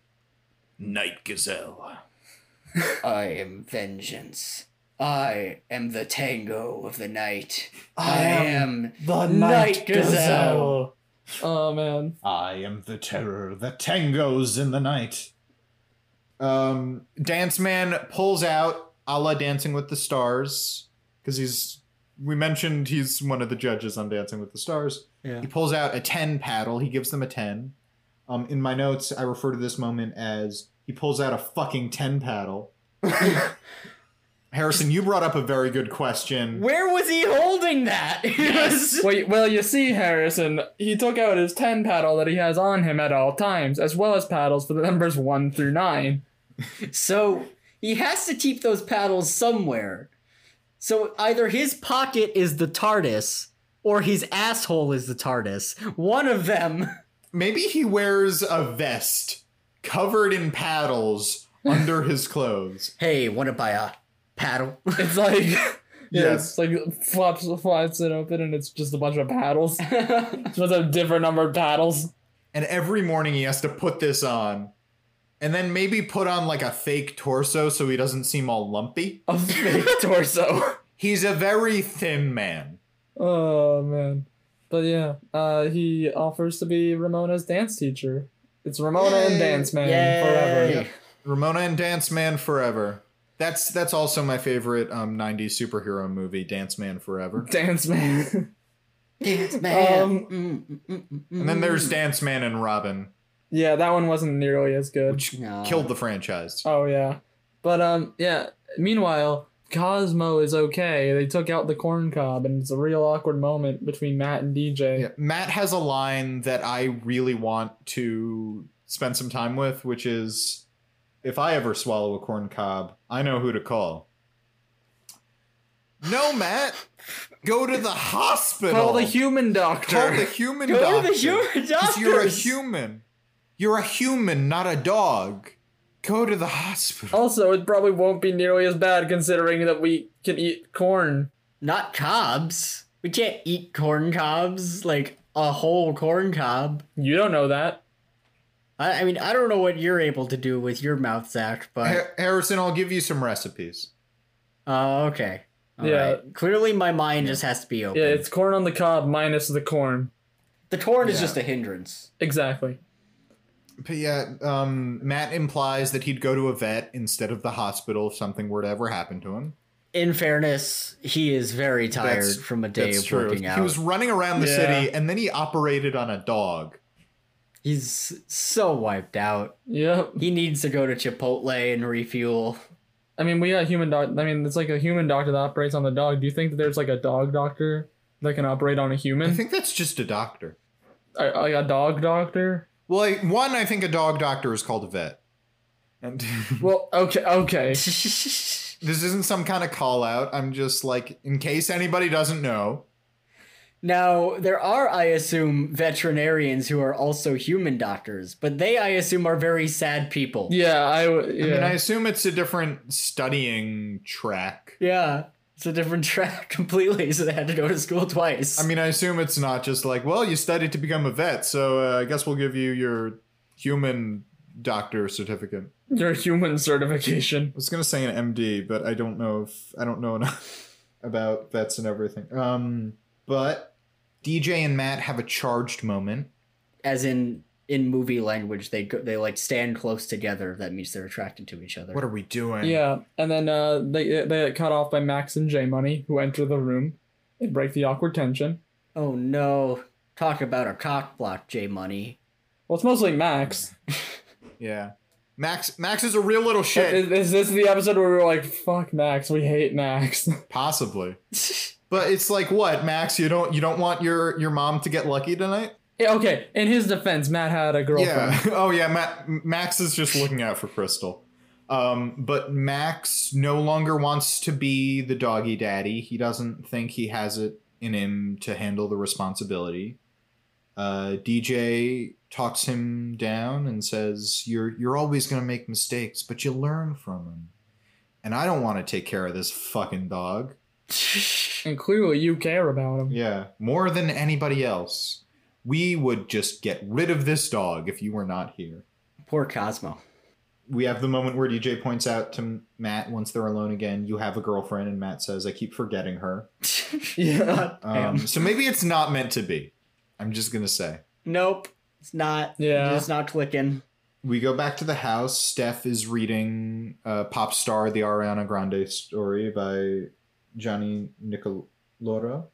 [SPEAKER 2] Night Gazelle.
[SPEAKER 3] <laughs> I am vengeance. I am the tango of the night. I, am
[SPEAKER 2] The
[SPEAKER 3] Night Gazelle.
[SPEAKER 1] Oh man.
[SPEAKER 2] I am the terror that tangos in the night. Um, Dance Man pulls out a la Dancing with the Stars, because he's. We mentioned he's one of the judges on Dancing with the Stars.
[SPEAKER 3] Yeah.
[SPEAKER 2] He pulls out a 10 paddle. He gives them a 10. Um, in my notes, I refer to this moment as he pulls out a fucking 10 paddle. Harrison, you brought up a very good question.
[SPEAKER 3] Where was he holding that? <laughs> Yes.
[SPEAKER 1] Well, you- well, you see, Harrison, he took out his ten paddle that he has on him at all times, as well as paddles for the numbers one through nine.
[SPEAKER 3] so he has to keep those paddles somewhere. So either his pocket is the TARDIS or his asshole is the TARDIS. One of them.
[SPEAKER 2] Maybe he wears a vest covered in paddles under his clothes.
[SPEAKER 3] Hey, wanna buy a paddle? <laughs>
[SPEAKER 1] It's like <laughs> yeah, it's
[SPEAKER 2] Yes.
[SPEAKER 1] like flops, flops it open, and it's just a bunch of paddles. <laughs> it's just a different numbered paddles.
[SPEAKER 2] And every morning he has to put this on. And then maybe put on like a fake torso so he doesn't seem all lumpy.
[SPEAKER 1] A <laughs> fake torso.
[SPEAKER 2] He's a very thin man.
[SPEAKER 1] Oh man. But yeah, uh, he offers to be Ramona's dance teacher. It's Ramona
[SPEAKER 2] Yay.
[SPEAKER 1] and Dance Man
[SPEAKER 3] Yay.
[SPEAKER 1] forever.
[SPEAKER 2] Yeah. Ramona and Dance Man Forever. That's that's also my favorite um, 90s superhero movie, Dance Man Forever.
[SPEAKER 1] Dance Man. <laughs>
[SPEAKER 2] <laughs>
[SPEAKER 3] Dance man.
[SPEAKER 1] Um,
[SPEAKER 3] Mm, mm, mm, mm,
[SPEAKER 2] And then there's
[SPEAKER 3] mm.
[SPEAKER 2] Dance Man and Robin,
[SPEAKER 1] yeah, that one wasn't nearly as good.
[SPEAKER 2] which
[SPEAKER 3] No.
[SPEAKER 2] killed the franchise.
[SPEAKER 1] Oh yeah. But um yeah, meanwhile, Cosmo is okay. They took out the corn cob and it's a real awkward moment between Matt and DJ.
[SPEAKER 2] Yeah. Matt has a line that I really want to spend some time with, which is if I ever swallow a corn cob, I know who to call. No, Matt. Go to the hospital.
[SPEAKER 1] Call the human doctor.
[SPEAKER 2] Call the human
[SPEAKER 3] Go
[SPEAKER 2] doctor.
[SPEAKER 3] to the human
[SPEAKER 2] 'Cause You're a
[SPEAKER 3] doctors.
[SPEAKER 2] human. You're a human, not a dog. Go to the
[SPEAKER 1] <laughs>
[SPEAKER 2] hospital.
[SPEAKER 1] also, it probably won't be nearly as bad considering that we can eat corn.
[SPEAKER 3] Not cobs. We can't eat corn cobs like a whole corn cob.
[SPEAKER 1] You don't know that.
[SPEAKER 3] I, I mean, I don't know what you're able to do with your mouth, Zach, but
[SPEAKER 2] Ha- Harrison, I'll give you some recipes.
[SPEAKER 3] uh, okay. All right.
[SPEAKER 1] Yeah.
[SPEAKER 3] Clearly, my mind just has to be open.
[SPEAKER 1] Yeah, it's corn on the cob minus the corn.
[SPEAKER 4] The corn is
[SPEAKER 2] Yeah.
[SPEAKER 4] just a hindrance.
[SPEAKER 1] Exactly.
[SPEAKER 2] But yeah, um, Matt implies that he'd go to a vet instead of the hospital if something were to ever happen to him.
[SPEAKER 3] In fairness, he is very tired
[SPEAKER 2] That's-
[SPEAKER 3] from a day of working out.
[SPEAKER 2] He was running around the
[SPEAKER 1] Yeah.
[SPEAKER 2] city and then he operated on a dog.
[SPEAKER 3] He's so wiped out.
[SPEAKER 1] Yep.
[SPEAKER 3] He needs to go to Chipotle and refuel. <laughs>
[SPEAKER 1] I mean, we got human doc. I mean, it's like a human doctor that operates on the dog. Do you think that there's like a dog doctor that can operate on a
[SPEAKER 2] I
[SPEAKER 1] human?
[SPEAKER 2] think that's just a doctor.
[SPEAKER 1] Uh, like a dog doctor?
[SPEAKER 2] Well, I, one, I think a dog doctor is called a vet. And <laughs>
[SPEAKER 1] Well, okay, okay.
[SPEAKER 2] this isn't some kind of call out. I'm just like, in case anybody doesn't know,
[SPEAKER 3] Now, there are, I assume, veterinarians who are also human doctors, but they, I assume, are very sad people.
[SPEAKER 1] Yeah, I. w-
[SPEAKER 2] I
[SPEAKER 1] <laughs>
[SPEAKER 2] mean,
[SPEAKER 1] Yeah.
[SPEAKER 2] I assume it's a different studying track.
[SPEAKER 3] Yeah, it's a different <laughs> track completely, so they had to go to school twice.
[SPEAKER 2] I mean, I assume it's not just like, well, you studied to become a vet, so uh, I guess we'll give you your human doctor certificate. I
[SPEAKER 1] Your human certification.
[SPEAKER 2] was gonna say an MD, but I don't know if I don't know <laughs> enough about vets and everything. Um, but DJ and Matt have a charged moment.
[SPEAKER 3] as in in movie language, they go, they like stand close together. That means they're attracted to each other.
[SPEAKER 2] What are we doing?
[SPEAKER 1] Yeah, and then uh, they they get cut off by Max and J Money, who enter the room and break the awkward tension.
[SPEAKER 3] oh no! Talk about a cock block, J Money. <laughs>
[SPEAKER 1] Well, it's mostly Max.
[SPEAKER 2] yeah. Max, Max is a real little shit.
[SPEAKER 1] Is, is this the episode where we were like, "Fuck Max, we hate Max"? <laughs>
[SPEAKER 2] Possibly. But it's like, what, Max? You don't, you don't want your your mom to get lucky tonight?
[SPEAKER 1] Yeah, okay. In his defense, Matt had a girlfriend.
[SPEAKER 2] Yeah. <laughs> Oh yeah. Ma- Max is just looking out for Crystal. Um, but Max no longer wants to be the doggy daddy. He doesn't think he has it in him to handle the responsibility. Uh, DJ talks him down and says, "You're you're always gonna make mistakes, but you learn from them." And I don't want to take care of this fucking dog.
[SPEAKER 1] And clearly, you care about him.
[SPEAKER 2] Yeah, more than anybody else. We would just get rid of this dog if you were not here.
[SPEAKER 3] Poor Cosmo. <laughs>
[SPEAKER 2] we have the moment where DJ points out to Matt once they're alone again, you have a girlfriend, and Matt says, I keep forgetting her.
[SPEAKER 1] Yeah.
[SPEAKER 2] Um, so maybe it's not meant to be. I'm just going to say.
[SPEAKER 3] Nope, it's not.
[SPEAKER 1] Yeah.
[SPEAKER 3] it's not clicking.
[SPEAKER 2] We go back to the house. Steph is reading uh, Pop Star, the Ariana Grande story by Johnny Nicolora.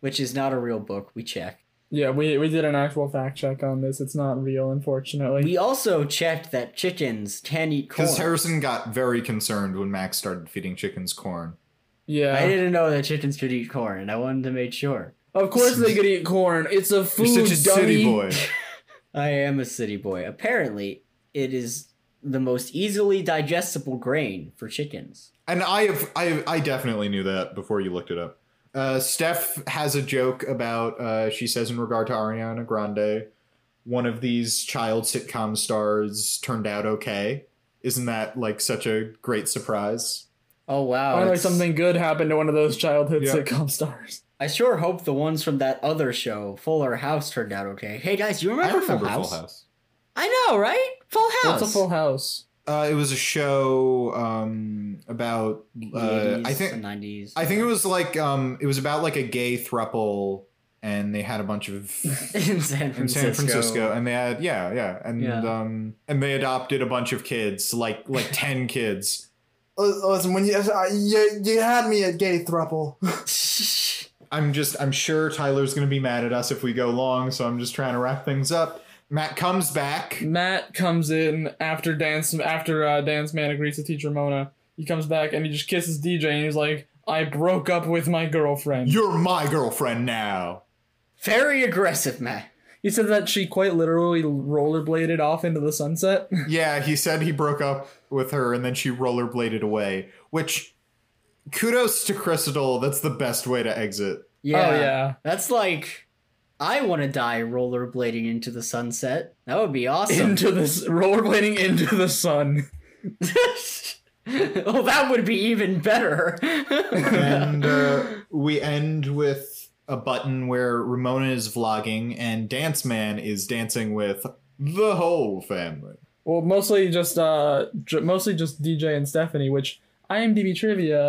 [SPEAKER 3] Which is not a real book. We check.
[SPEAKER 1] Yeah, we, we did an actual fact check on this. It's not real, unfortunately.
[SPEAKER 3] We also checked that chickens can eat corn.
[SPEAKER 2] Because Harrison got very concerned when Max started feeding chickens corn.
[SPEAKER 1] yeah.
[SPEAKER 3] I didn't know that chickens could eat corn, and I wanted to make sure.
[SPEAKER 1] Of course they could eat corn. It's a
[SPEAKER 2] You're
[SPEAKER 1] food,
[SPEAKER 2] such a
[SPEAKER 1] dummy.
[SPEAKER 2] city boy.
[SPEAKER 3] I am a city boy. Apparently, it is the most easily digestible grain for chickens.
[SPEAKER 2] And I have I I definitely knew that before you looked it up. Uh, Steph has a joke about uh, she says in regard to Ariana Grande, one of these child sitcom stars turned out okay. Isn't that like such a great surprise?
[SPEAKER 3] Oh wow!
[SPEAKER 1] Finally,
[SPEAKER 3] it's-
[SPEAKER 1] something good happened to one of those childhood
[SPEAKER 2] Yeah.
[SPEAKER 1] sitcom stars.
[SPEAKER 3] I sure hope the ones from that other show, Fuller House, turned out okay. Hey guys, you remember, Full, House? I know, right? Full House.
[SPEAKER 1] What's a full house?
[SPEAKER 2] Uh, it was a show um, about
[SPEAKER 3] The
[SPEAKER 2] uh,
[SPEAKER 3] 80s,
[SPEAKER 2] I think
[SPEAKER 3] the 90s.
[SPEAKER 2] I
[SPEAKER 3] <laughs>
[SPEAKER 2] think it was like um, it was about like a gay throuple, and they had a bunch of
[SPEAKER 3] in San Francisco.
[SPEAKER 2] in San Francisco, and they had yeah, yeah, and
[SPEAKER 3] Yeah.
[SPEAKER 2] um, and they adopted a bunch of kids, like like
[SPEAKER 3] <laughs>
[SPEAKER 2] ten kids.
[SPEAKER 1] Listen, when you you, you had me at gay thruple.
[SPEAKER 3] <laughs>
[SPEAKER 2] I'm just I'm sure Tyler's gonna be mad at us if we go long, so I'm just trying to wrap things up. Matt comes back.
[SPEAKER 1] Matt comes in after dance after uh, dance man agrees to teach Ramona. He comes back and he just kisses DJ and he's like, "I broke up with my girlfriend."
[SPEAKER 2] You're my girlfriend now.
[SPEAKER 3] Very aggressive, man.
[SPEAKER 1] He He said that she quite literally rollerbladed off into the sunset.
[SPEAKER 2] Yeah, he said he broke up with her and then she rollerbladed away, which kudos to Crystal. That's the best way to exit.
[SPEAKER 1] Oh <laughs> yeah.
[SPEAKER 3] That's like, I want to die rollerblading into the sunset. That would be awesome.
[SPEAKER 1] Into this rollerblading into the sun.
[SPEAKER 3] <laughs> oh, that would be even better.
[SPEAKER 2] and uh, we end with a button where Ramona is vlogging and Dance Man is dancing with the whole family.
[SPEAKER 1] Well, mostly just uh, j- mostly just DJ and Stephanie, which IMDb trivia.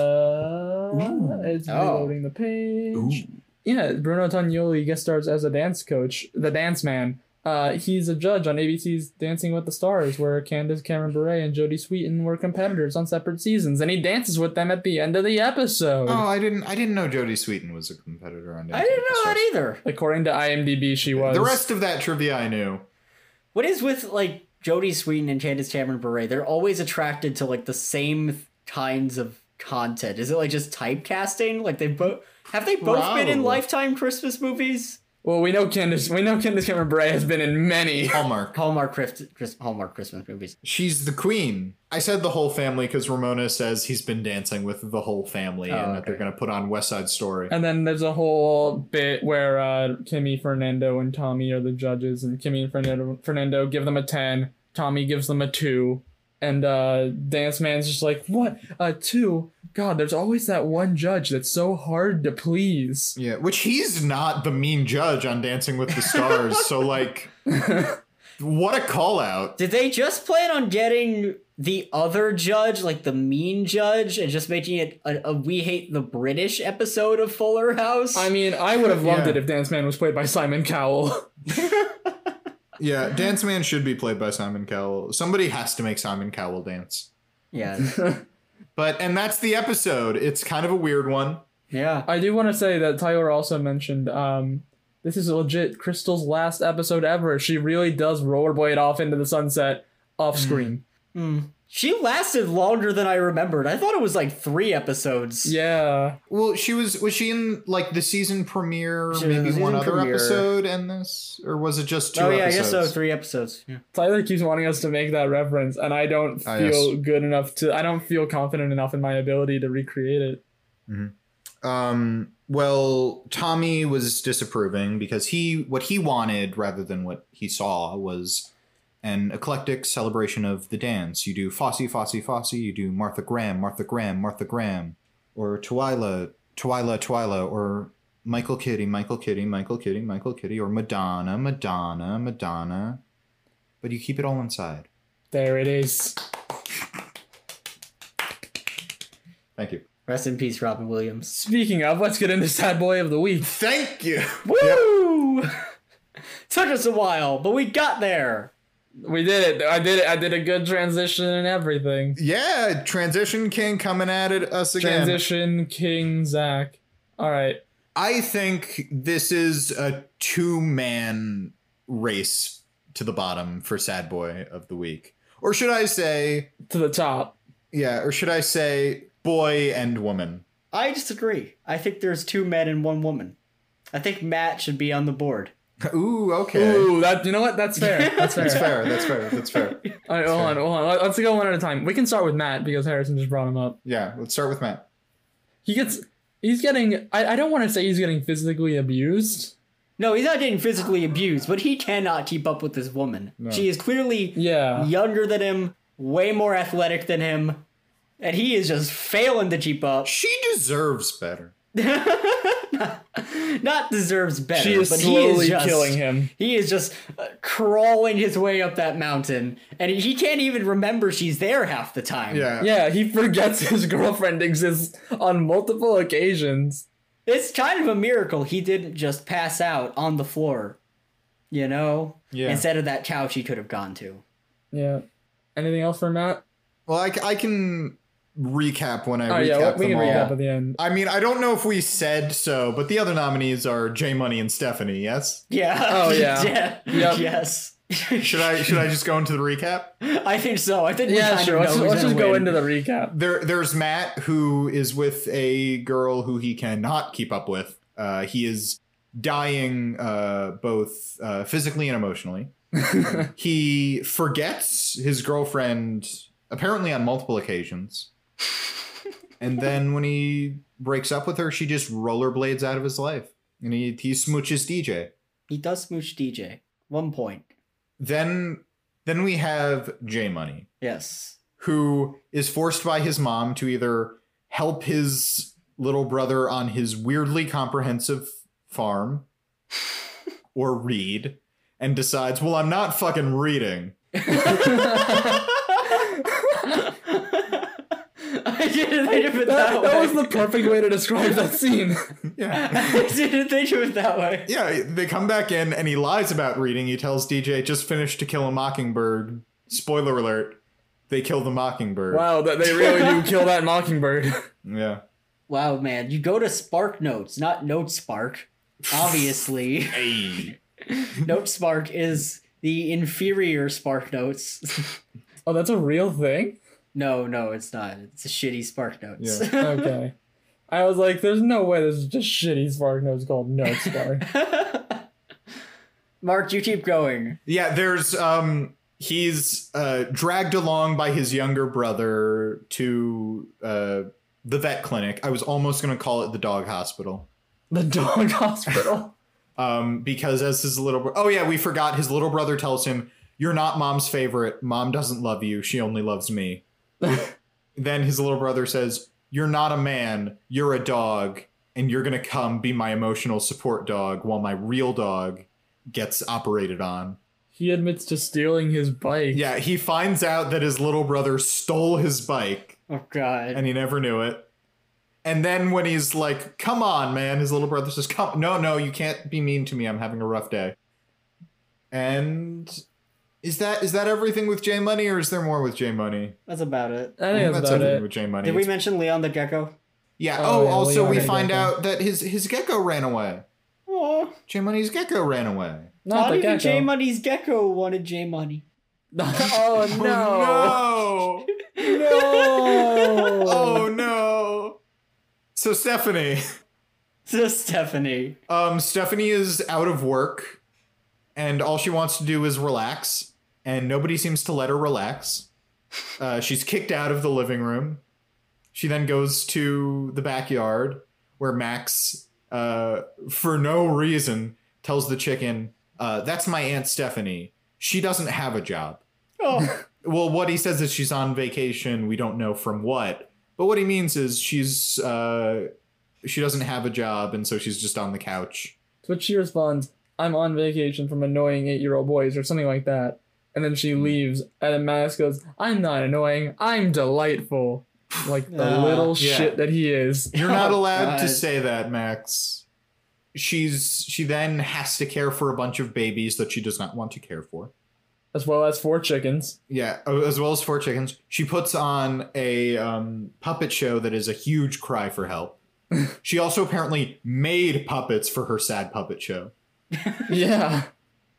[SPEAKER 1] It's
[SPEAKER 3] Oh.
[SPEAKER 1] reloading the page. Yeah, Bruno Tagnoli guest stars as a dance coach, the dance man. Uh, he's a judge on ABC's Dancing with the Stars, where Candace Cameron Bure and Jodie Sweetin were competitors on separate seasons, and he dances with them at the end of the episode.
[SPEAKER 2] Oh, I didn't. I didn't know Jodie Sweetin was a competitor on.
[SPEAKER 3] <laughs> I
[SPEAKER 2] Dancing
[SPEAKER 3] didn't
[SPEAKER 2] with the
[SPEAKER 3] know
[SPEAKER 2] Stars.
[SPEAKER 3] that either.
[SPEAKER 1] According to IMDb, she was.
[SPEAKER 2] The rest of that trivia I knew.
[SPEAKER 3] What is with like Jodie Sweetin and Candace Cameron Bure? They're always attracted to like the same kinds of content. Is it like just typecasting? Like they both have they both been
[SPEAKER 2] Probably.
[SPEAKER 3] in Lifetime Christmas movies?
[SPEAKER 1] Well, we know Candace. We know Candace Cameron Bure has been in many.
[SPEAKER 2] Hallmark.
[SPEAKER 3] Hallmark Christ- Chris- Hallmark Christmas movies.
[SPEAKER 2] She's the queen. I said the whole family because Ramona says he's been dancing with the whole
[SPEAKER 3] Oh,
[SPEAKER 2] family and that they're going to put on West Side Story.
[SPEAKER 1] And then there's a whole bit where uh, Kimmy, Fernando, and Tommy are the judges, and Kimmy and Fernando, Fernando give them a 10, Tommy gives them a 2, and uh, Dance Man's just like, What? A 2? God, there's always that one judge that's so hard to please.
[SPEAKER 2] Yeah, which he's not the mean judge on Dancing with <laughs> the Stars. so, <laughs> like, what a call out.
[SPEAKER 3] Did they just plan on getting the other judge, like the mean judge, and just making it a, a "We Hate the British" episode of Fuller House?
[SPEAKER 1] I mean, I would have loved
[SPEAKER 2] Yeah.
[SPEAKER 1] it if Dance Man was played by Simon Cowell. <laughs>
[SPEAKER 2] Yeah, Dance Man should be played by Simon Cowell. Somebody has to make Simon Cowell dance.
[SPEAKER 3] yeah,
[SPEAKER 2] But, and that's the episode. It's kind of a weird one.
[SPEAKER 3] yeah.
[SPEAKER 1] I do want to say that Tyler also mentioned um, this is legit Crystal's last episode ever. She really does rollerblade off into the sunset off screen.
[SPEAKER 3] Hmm. She lasted longer than I remembered. I thought it was like three episodes.
[SPEAKER 1] Yeah.
[SPEAKER 2] Well, she was, was she in, like, the season premiere,
[SPEAKER 3] She was in
[SPEAKER 2] maybe
[SPEAKER 3] the season
[SPEAKER 2] one other
[SPEAKER 3] premiere.
[SPEAKER 2] episode and this? Or was it just two
[SPEAKER 3] oh yeah,
[SPEAKER 2] episodes?
[SPEAKER 3] I guess so. Three episodes. Yeah.
[SPEAKER 1] Tyler keeps wanting us to make that reference, and I don't feel
[SPEAKER 2] Ah,
[SPEAKER 1] good enough to. I don't feel confident enough in my ability to recreate it.
[SPEAKER 2] Um, well, Tommy was disapproving because he what he wanted rather than what he saw was an eclectic celebration of the dance. You do Fosse, Fosse, Fosse. You do Martha Graham, Martha Graham, Martha Graham, or Twyla, Twyla, Twyla, or Michael Kitty, Michael Kitty, Michael Kitty, Michael Kitty, or Madonna, Madonna, Madonna. But you keep it all inside.
[SPEAKER 1] There it is.
[SPEAKER 2] Thank you.
[SPEAKER 3] Rest in peace, Robin Williams.
[SPEAKER 1] Speaking of, let's get into sad boy of the week.
[SPEAKER 2] Thank you.
[SPEAKER 3] Woo! <laughs> Took us a while, but we got there.
[SPEAKER 1] We did it. I did it. I did a good transition and everything.
[SPEAKER 2] Yeah, transition king coming at it us again.
[SPEAKER 1] Transition King Zach. All right.
[SPEAKER 2] I think this is a two man race to the bottom for Sad Boy of the Week. Or should I say,
[SPEAKER 1] to the top.
[SPEAKER 2] yeah, or should I say boy and woman? <laughs>
[SPEAKER 3] I disagree. I think there's two men and one woman. I think Matt should be on the board.
[SPEAKER 2] Ooh, okay.
[SPEAKER 1] Ooh, that you know what? That's
[SPEAKER 2] <laughs>
[SPEAKER 1] fair. That's fair.
[SPEAKER 2] That's fair. That's fair. That's fair. <laughs>
[SPEAKER 1] All right, hold on, hold on. Let- Let's go one at a time. We can start with Matt because Harrison just brought him up.
[SPEAKER 2] Yeah, let's start with Matt.
[SPEAKER 1] He gets. He's getting. I, I don't want to say he's getting physically abused.
[SPEAKER 3] No, he's not getting physically abused, but he cannot keep up with this woman. She is clearly
[SPEAKER 1] Yeah.
[SPEAKER 3] younger than him, way more athletic than him, and he is just failing to keep up.
[SPEAKER 2] She deserves better.
[SPEAKER 3] Not deserves better,
[SPEAKER 1] She is
[SPEAKER 3] but he
[SPEAKER 1] slowly
[SPEAKER 3] is just,
[SPEAKER 1] killing him.
[SPEAKER 3] He is just uh, crawling his way up that mountain, and he can't even remember she's there half the time.
[SPEAKER 2] Yeah.
[SPEAKER 1] Yeah, he forgets his girlfriend exists on multiple occasions.
[SPEAKER 3] It's kind of a miracle he didn't just pass out on the floor, you know?
[SPEAKER 2] Yeah.
[SPEAKER 3] Instead of that couch he could have gone to.
[SPEAKER 1] Yeah. Anything else for Matt?
[SPEAKER 2] Well, I, c- I can recap when I
[SPEAKER 1] Oh
[SPEAKER 2] recap
[SPEAKER 1] yeah, we
[SPEAKER 2] them
[SPEAKER 1] can
[SPEAKER 2] all.
[SPEAKER 1] recap at the end.
[SPEAKER 2] I mean, I don't know if we said so, but the other nominees are J Money and Stephanie. Yes.
[SPEAKER 3] <laughs> Yeah.
[SPEAKER 1] Oh, yeah. Yep.
[SPEAKER 3] Yes.
[SPEAKER 2] Should I should I just go into the recap?
[SPEAKER 3] <laughs> I think so. I think we
[SPEAKER 1] Yeah,
[SPEAKER 3] kind
[SPEAKER 1] sure.
[SPEAKER 3] of
[SPEAKER 1] Let's,
[SPEAKER 3] know who's
[SPEAKER 1] let's just
[SPEAKER 3] gonna
[SPEAKER 1] go
[SPEAKER 3] win.
[SPEAKER 1] into the <laughs> recap.
[SPEAKER 2] There, there's Matt who is with a girl who he cannot keep up with. Uh, he is dying uh, both uh, physically and emotionally. he forgets his girlfriend apparently on multiple occasions. and then when he breaks up with her, she just rollerblades out of his life. And he, he smooches DJ.
[SPEAKER 3] He does smooch DJ. One point.
[SPEAKER 2] Then then we have J Money,
[SPEAKER 1] <laughs>
[SPEAKER 3] Yes. <laughs>
[SPEAKER 2] who is forced by his mom to either help his little brother on his weirdly comprehensive farm or read and decides, well, I'm not fucking reading.
[SPEAKER 3] I didn't think of it
[SPEAKER 1] That,
[SPEAKER 3] that,
[SPEAKER 1] that was
[SPEAKER 3] way.
[SPEAKER 1] the perfect way to describe that scene.
[SPEAKER 2] Yeah.
[SPEAKER 3] <laughs> I didn't think of it that way.
[SPEAKER 2] <laughs> Yeah, they come back in and he lies about reading. He tells DJ, just finished To Kill a Mockingbird. Spoiler alert, they kill the Mockingbird.
[SPEAKER 1] Wow, that they really do kill that mockingbird.
[SPEAKER 2] Yeah.
[SPEAKER 3] Wow, man. You go to Spark Notes, not Note Spark.
[SPEAKER 1] <laughs>
[SPEAKER 3] Obviously.
[SPEAKER 2] Hey.
[SPEAKER 3] Note Spark is the inferior Spark Notes.
[SPEAKER 1] <laughs>
[SPEAKER 3] <laughs>
[SPEAKER 1] Oh, that's a real thing?
[SPEAKER 3] no, no, it's not. It's a shitty Spark Notes.
[SPEAKER 1] Okay. I was like, there's no way this is just shitty Spark Notes called Note Spark.
[SPEAKER 3] <laughs> Mark, you keep going.
[SPEAKER 2] Yeah, there's um he's uh dragged along by his younger brother to uh the vet clinic. I was almost gonna call it the dog hospital.
[SPEAKER 1] <laughs> the dog hospital.
[SPEAKER 2] Um, because as his little bro- oh yeah, we forgot his little brother tells him, You're not mom's favorite. Mom doesn't love you, she only loves me. then his little brother says, You're not a man, you're a dog, and you're gonna come be my emotional support dog while my real dog gets operated on.
[SPEAKER 1] he admits to stealing his bike.
[SPEAKER 2] Yeah, he finds out that his little brother stole his bike
[SPEAKER 3] Oh, God.
[SPEAKER 2] and he never knew it. And then when he's like, "Come on, man," his little brother says, "Come, no, no, you can't be mean to me. I'm having a rough day." And is that is that everything with J Money, or is there more with J Money?
[SPEAKER 3] That's about it.
[SPEAKER 1] I think that's, about
[SPEAKER 2] everything
[SPEAKER 1] it.
[SPEAKER 2] with J Money.
[SPEAKER 3] Did we mention Leon the Gecko?
[SPEAKER 2] yeah.
[SPEAKER 1] Oh,
[SPEAKER 2] Oh,
[SPEAKER 1] yeah,
[SPEAKER 2] also
[SPEAKER 1] Leon
[SPEAKER 2] we
[SPEAKER 1] the
[SPEAKER 2] find
[SPEAKER 1] gecko.
[SPEAKER 2] out that his his gecko ran away.
[SPEAKER 3] Aw.
[SPEAKER 2] J Money's gecko ran away.
[SPEAKER 1] Not,
[SPEAKER 3] Not
[SPEAKER 1] the
[SPEAKER 3] even
[SPEAKER 1] gecko.
[SPEAKER 3] J Money's Gecko wanted J <laughs> Money.
[SPEAKER 1] <laughs> oh <laughs> no!
[SPEAKER 2] Oh no!
[SPEAKER 3] <laughs>
[SPEAKER 1] <laughs> No!
[SPEAKER 2] oh no! So Stephanie.
[SPEAKER 3] So, Stephanie.
[SPEAKER 2] Um, Stephanie is out of work, and all she wants to do is relax, and nobody seems to let her relax. Uh, she's kicked out of the living room. She then goes to the backyard, where Max, uh, for no reason, tells the chicken, uh, "That's my aunt Stephanie. She doesn't have a job."
[SPEAKER 3] Oh,
[SPEAKER 2] Well, what he says is she's on vacation. We don't know from what, but what he means is she's uh, she doesn't have a job, and so she's just on the couch.
[SPEAKER 1] To which she responds, "I'm on vacation from annoying eight-year-old boys or something like that." And then she leaves, and then Max goes, "I'm not annoying. I'm delightful." Like the
[SPEAKER 3] Ah,
[SPEAKER 1] little
[SPEAKER 2] Oh, yeah.
[SPEAKER 1] shit that he is.
[SPEAKER 2] You're not
[SPEAKER 3] Oh,
[SPEAKER 2] allowed to
[SPEAKER 3] God.
[SPEAKER 2] say that, Max. She's she then has to care for a bunch of babies that she does not want to care for.
[SPEAKER 1] As well as four chickens. <laughs>
[SPEAKER 2] Yeah, a- as well as four chickens. She puts on a um, puppet show that is a huge cry
[SPEAKER 1] <laughs>
[SPEAKER 2] for help. she also apparently made puppets for her sad puppet show.
[SPEAKER 1] Yeah.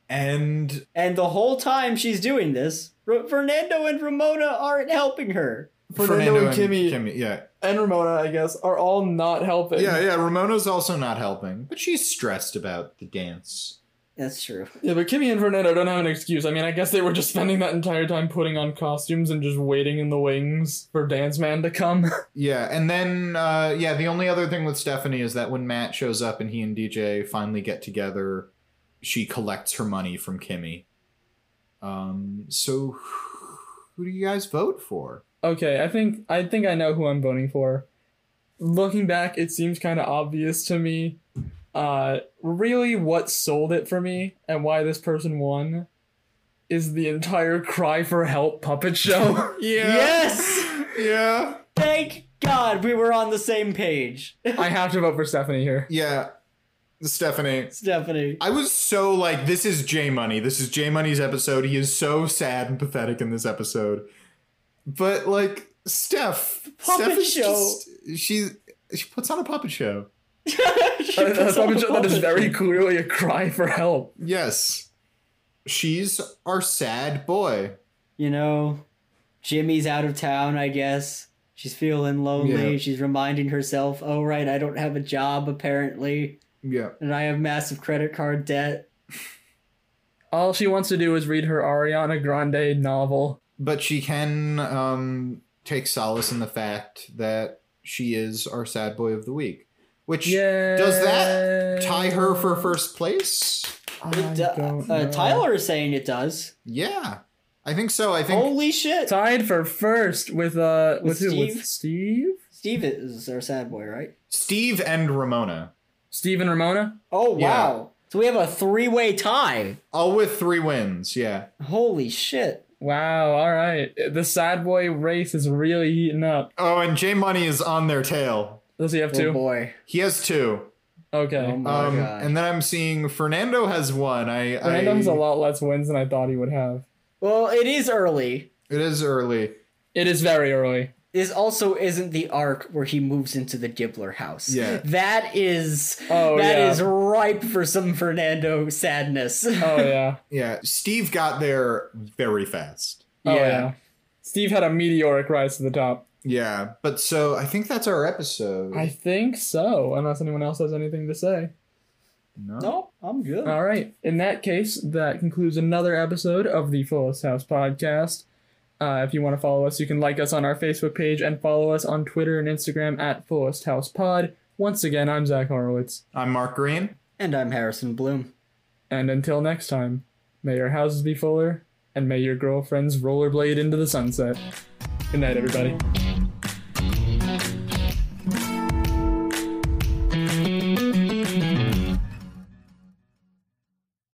[SPEAKER 2] And
[SPEAKER 3] <laughs> And the whole time she's doing this, R- Fernando and Ramona aren't helping her.
[SPEAKER 1] Fernando and Kimmy.
[SPEAKER 2] yeah,
[SPEAKER 1] And Ramona, I guess, are all not helping.
[SPEAKER 2] yeah, yeah. Ramona's also not helping, but she's stressed about the dance.
[SPEAKER 3] That's true.
[SPEAKER 1] Yeah, but Kimmy and Fernando don't have an excuse. I mean, I guess they were just spending that entire time putting on costumes and just waiting in the wings for Dance Man to come. <laughs>
[SPEAKER 2] Yeah, and then uh, yeah, the only other thing with Stephanie is that when Matt shows up and he and DJ finally get together, she collects her money from Kimmy. Um, so who do you guys vote for?
[SPEAKER 1] okay, I think I think I know who I'm voting for. Looking back, it seems kind of obvious to me. Uh, really, what sold it for me and why this person won is the entire cry for help puppet <laughs> show. <laughs>
[SPEAKER 3] Yes!
[SPEAKER 2] yeah,
[SPEAKER 3] Thank God we were on the same page. <laughs>
[SPEAKER 1] I have to vote for Stephanie here.
[SPEAKER 2] yeah. Stephanie,
[SPEAKER 3] Stephanie.
[SPEAKER 2] I was so like, this is J Money. This is J Money's episode. He is so sad and pathetic in this episode. But like Steph,
[SPEAKER 3] puppet
[SPEAKER 2] Steph is
[SPEAKER 3] show.
[SPEAKER 2] just she she puts on a puppet show.
[SPEAKER 3] She
[SPEAKER 1] Uh, a
[SPEAKER 3] puts on
[SPEAKER 1] puppet show <laughs> that
[SPEAKER 3] <laughs> the
[SPEAKER 1] is
[SPEAKER 3] puppet
[SPEAKER 1] very
[SPEAKER 3] show.
[SPEAKER 1] clearly a cry for help.
[SPEAKER 2] Yes. She's our sad boy.
[SPEAKER 3] You know, Jimmy's out of town, I guess. She's feeling lonely.
[SPEAKER 2] Yeah.
[SPEAKER 3] She's reminding herself, oh, right, I don't have a job, apparently.
[SPEAKER 2] Yeah.
[SPEAKER 3] and I have massive credit card debt.
[SPEAKER 1] All she wants to do is read her Ariana Grande novel.
[SPEAKER 2] But she can um, take solace in the fact that she is our sad boy of the week. Which
[SPEAKER 1] Yeah.
[SPEAKER 2] does that tie her for first place?
[SPEAKER 1] I
[SPEAKER 3] Do-
[SPEAKER 1] don't
[SPEAKER 3] uh,
[SPEAKER 1] know.
[SPEAKER 3] Tyler is saying it does.
[SPEAKER 2] Yeah. I think so. I think
[SPEAKER 3] Holy shit!
[SPEAKER 1] tied for first with uh with,
[SPEAKER 3] With
[SPEAKER 1] who? With
[SPEAKER 3] Steve?
[SPEAKER 1] Steve?
[SPEAKER 3] Steve is our sad boy, right?
[SPEAKER 2] Steve and Ramona.
[SPEAKER 1] Steve and Ramona?
[SPEAKER 3] Oh
[SPEAKER 2] Yeah.
[SPEAKER 3] wow! So we have a three-way tie.
[SPEAKER 2] All with three wins, yeah.
[SPEAKER 3] Holy shit!
[SPEAKER 1] Wow, all right. The sad boy race is really heating up.
[SPEAKER 2] Oh, and J Money is on their tail.
[SPEAKER 1] Does he have
[SPEAKER 3] Oh
[SPEAKER 1] two?
[SPEAKER 3] boy!
[SPEAKER 2] He has two.
[SPEAKER 1] Okay.
[SPEAKER 3] Oh my
[SPEAKER 2] Um,
[SPEAKER 3] god!
[SPEAKER 2] and then I'm seeing Fernando has one. I,
[SPEAKER 1] Fernando
[SPEAKER 2] I
[SPEAKER 1] has a lot less wins than I thought he would have.
[SPEAKER 3] well, it is early.
[SPEAKER 2] It is early.
[SPEAKER 1] It is very early.
[SPEAKER 3] This also isn't the arc where he moves into the Gibbler house.
[SPEAKER 2] Yeah.
[SPEAKER 3] That is
[SPEAKER 1] Oh,
[SPEAKER 3] that
[SPEAKER 1] yeah.
[SPEAKER 3] is ripe for some Fernando sadness.
[SPEAKER 1] <laughs> Oh
[SPEAKER 3] <laughs>
[SPEAKER 1] yeah.
[SPEAKER 2] Yeah, Steve got there very fast.
[SPEAKER 1] Oh,
[SPEAKER 3] Yeah.
[SPEAKER 1] yeah. Steve had a meteoric rise to the top.
[SPEAKER 2] Yeah, but so I think that's our episode.
[SPEAKER 1] I think so, unless anyone else has anything to say.
[SPEAKER 2] no.
[SPEAKER 3] no, I'm good.
[SPEAKER 1] All right. In that case, that concludes another episode of the Fullest House podcast. Uh, if you want to follow us, you can like us on our Facebook page and follow us on Twitter and Instagram at Fullest House Pod. Once again, I'm Zach Horowitz.
[SPEAKER 2] I'm Mark Green.
[SPEAKER 3] And I'm Harrison Bloom.
[SPEAKER 1] And until next time, may your houses be fuller and may your girlfriends rollerblade into the sunset. Good night, everybody.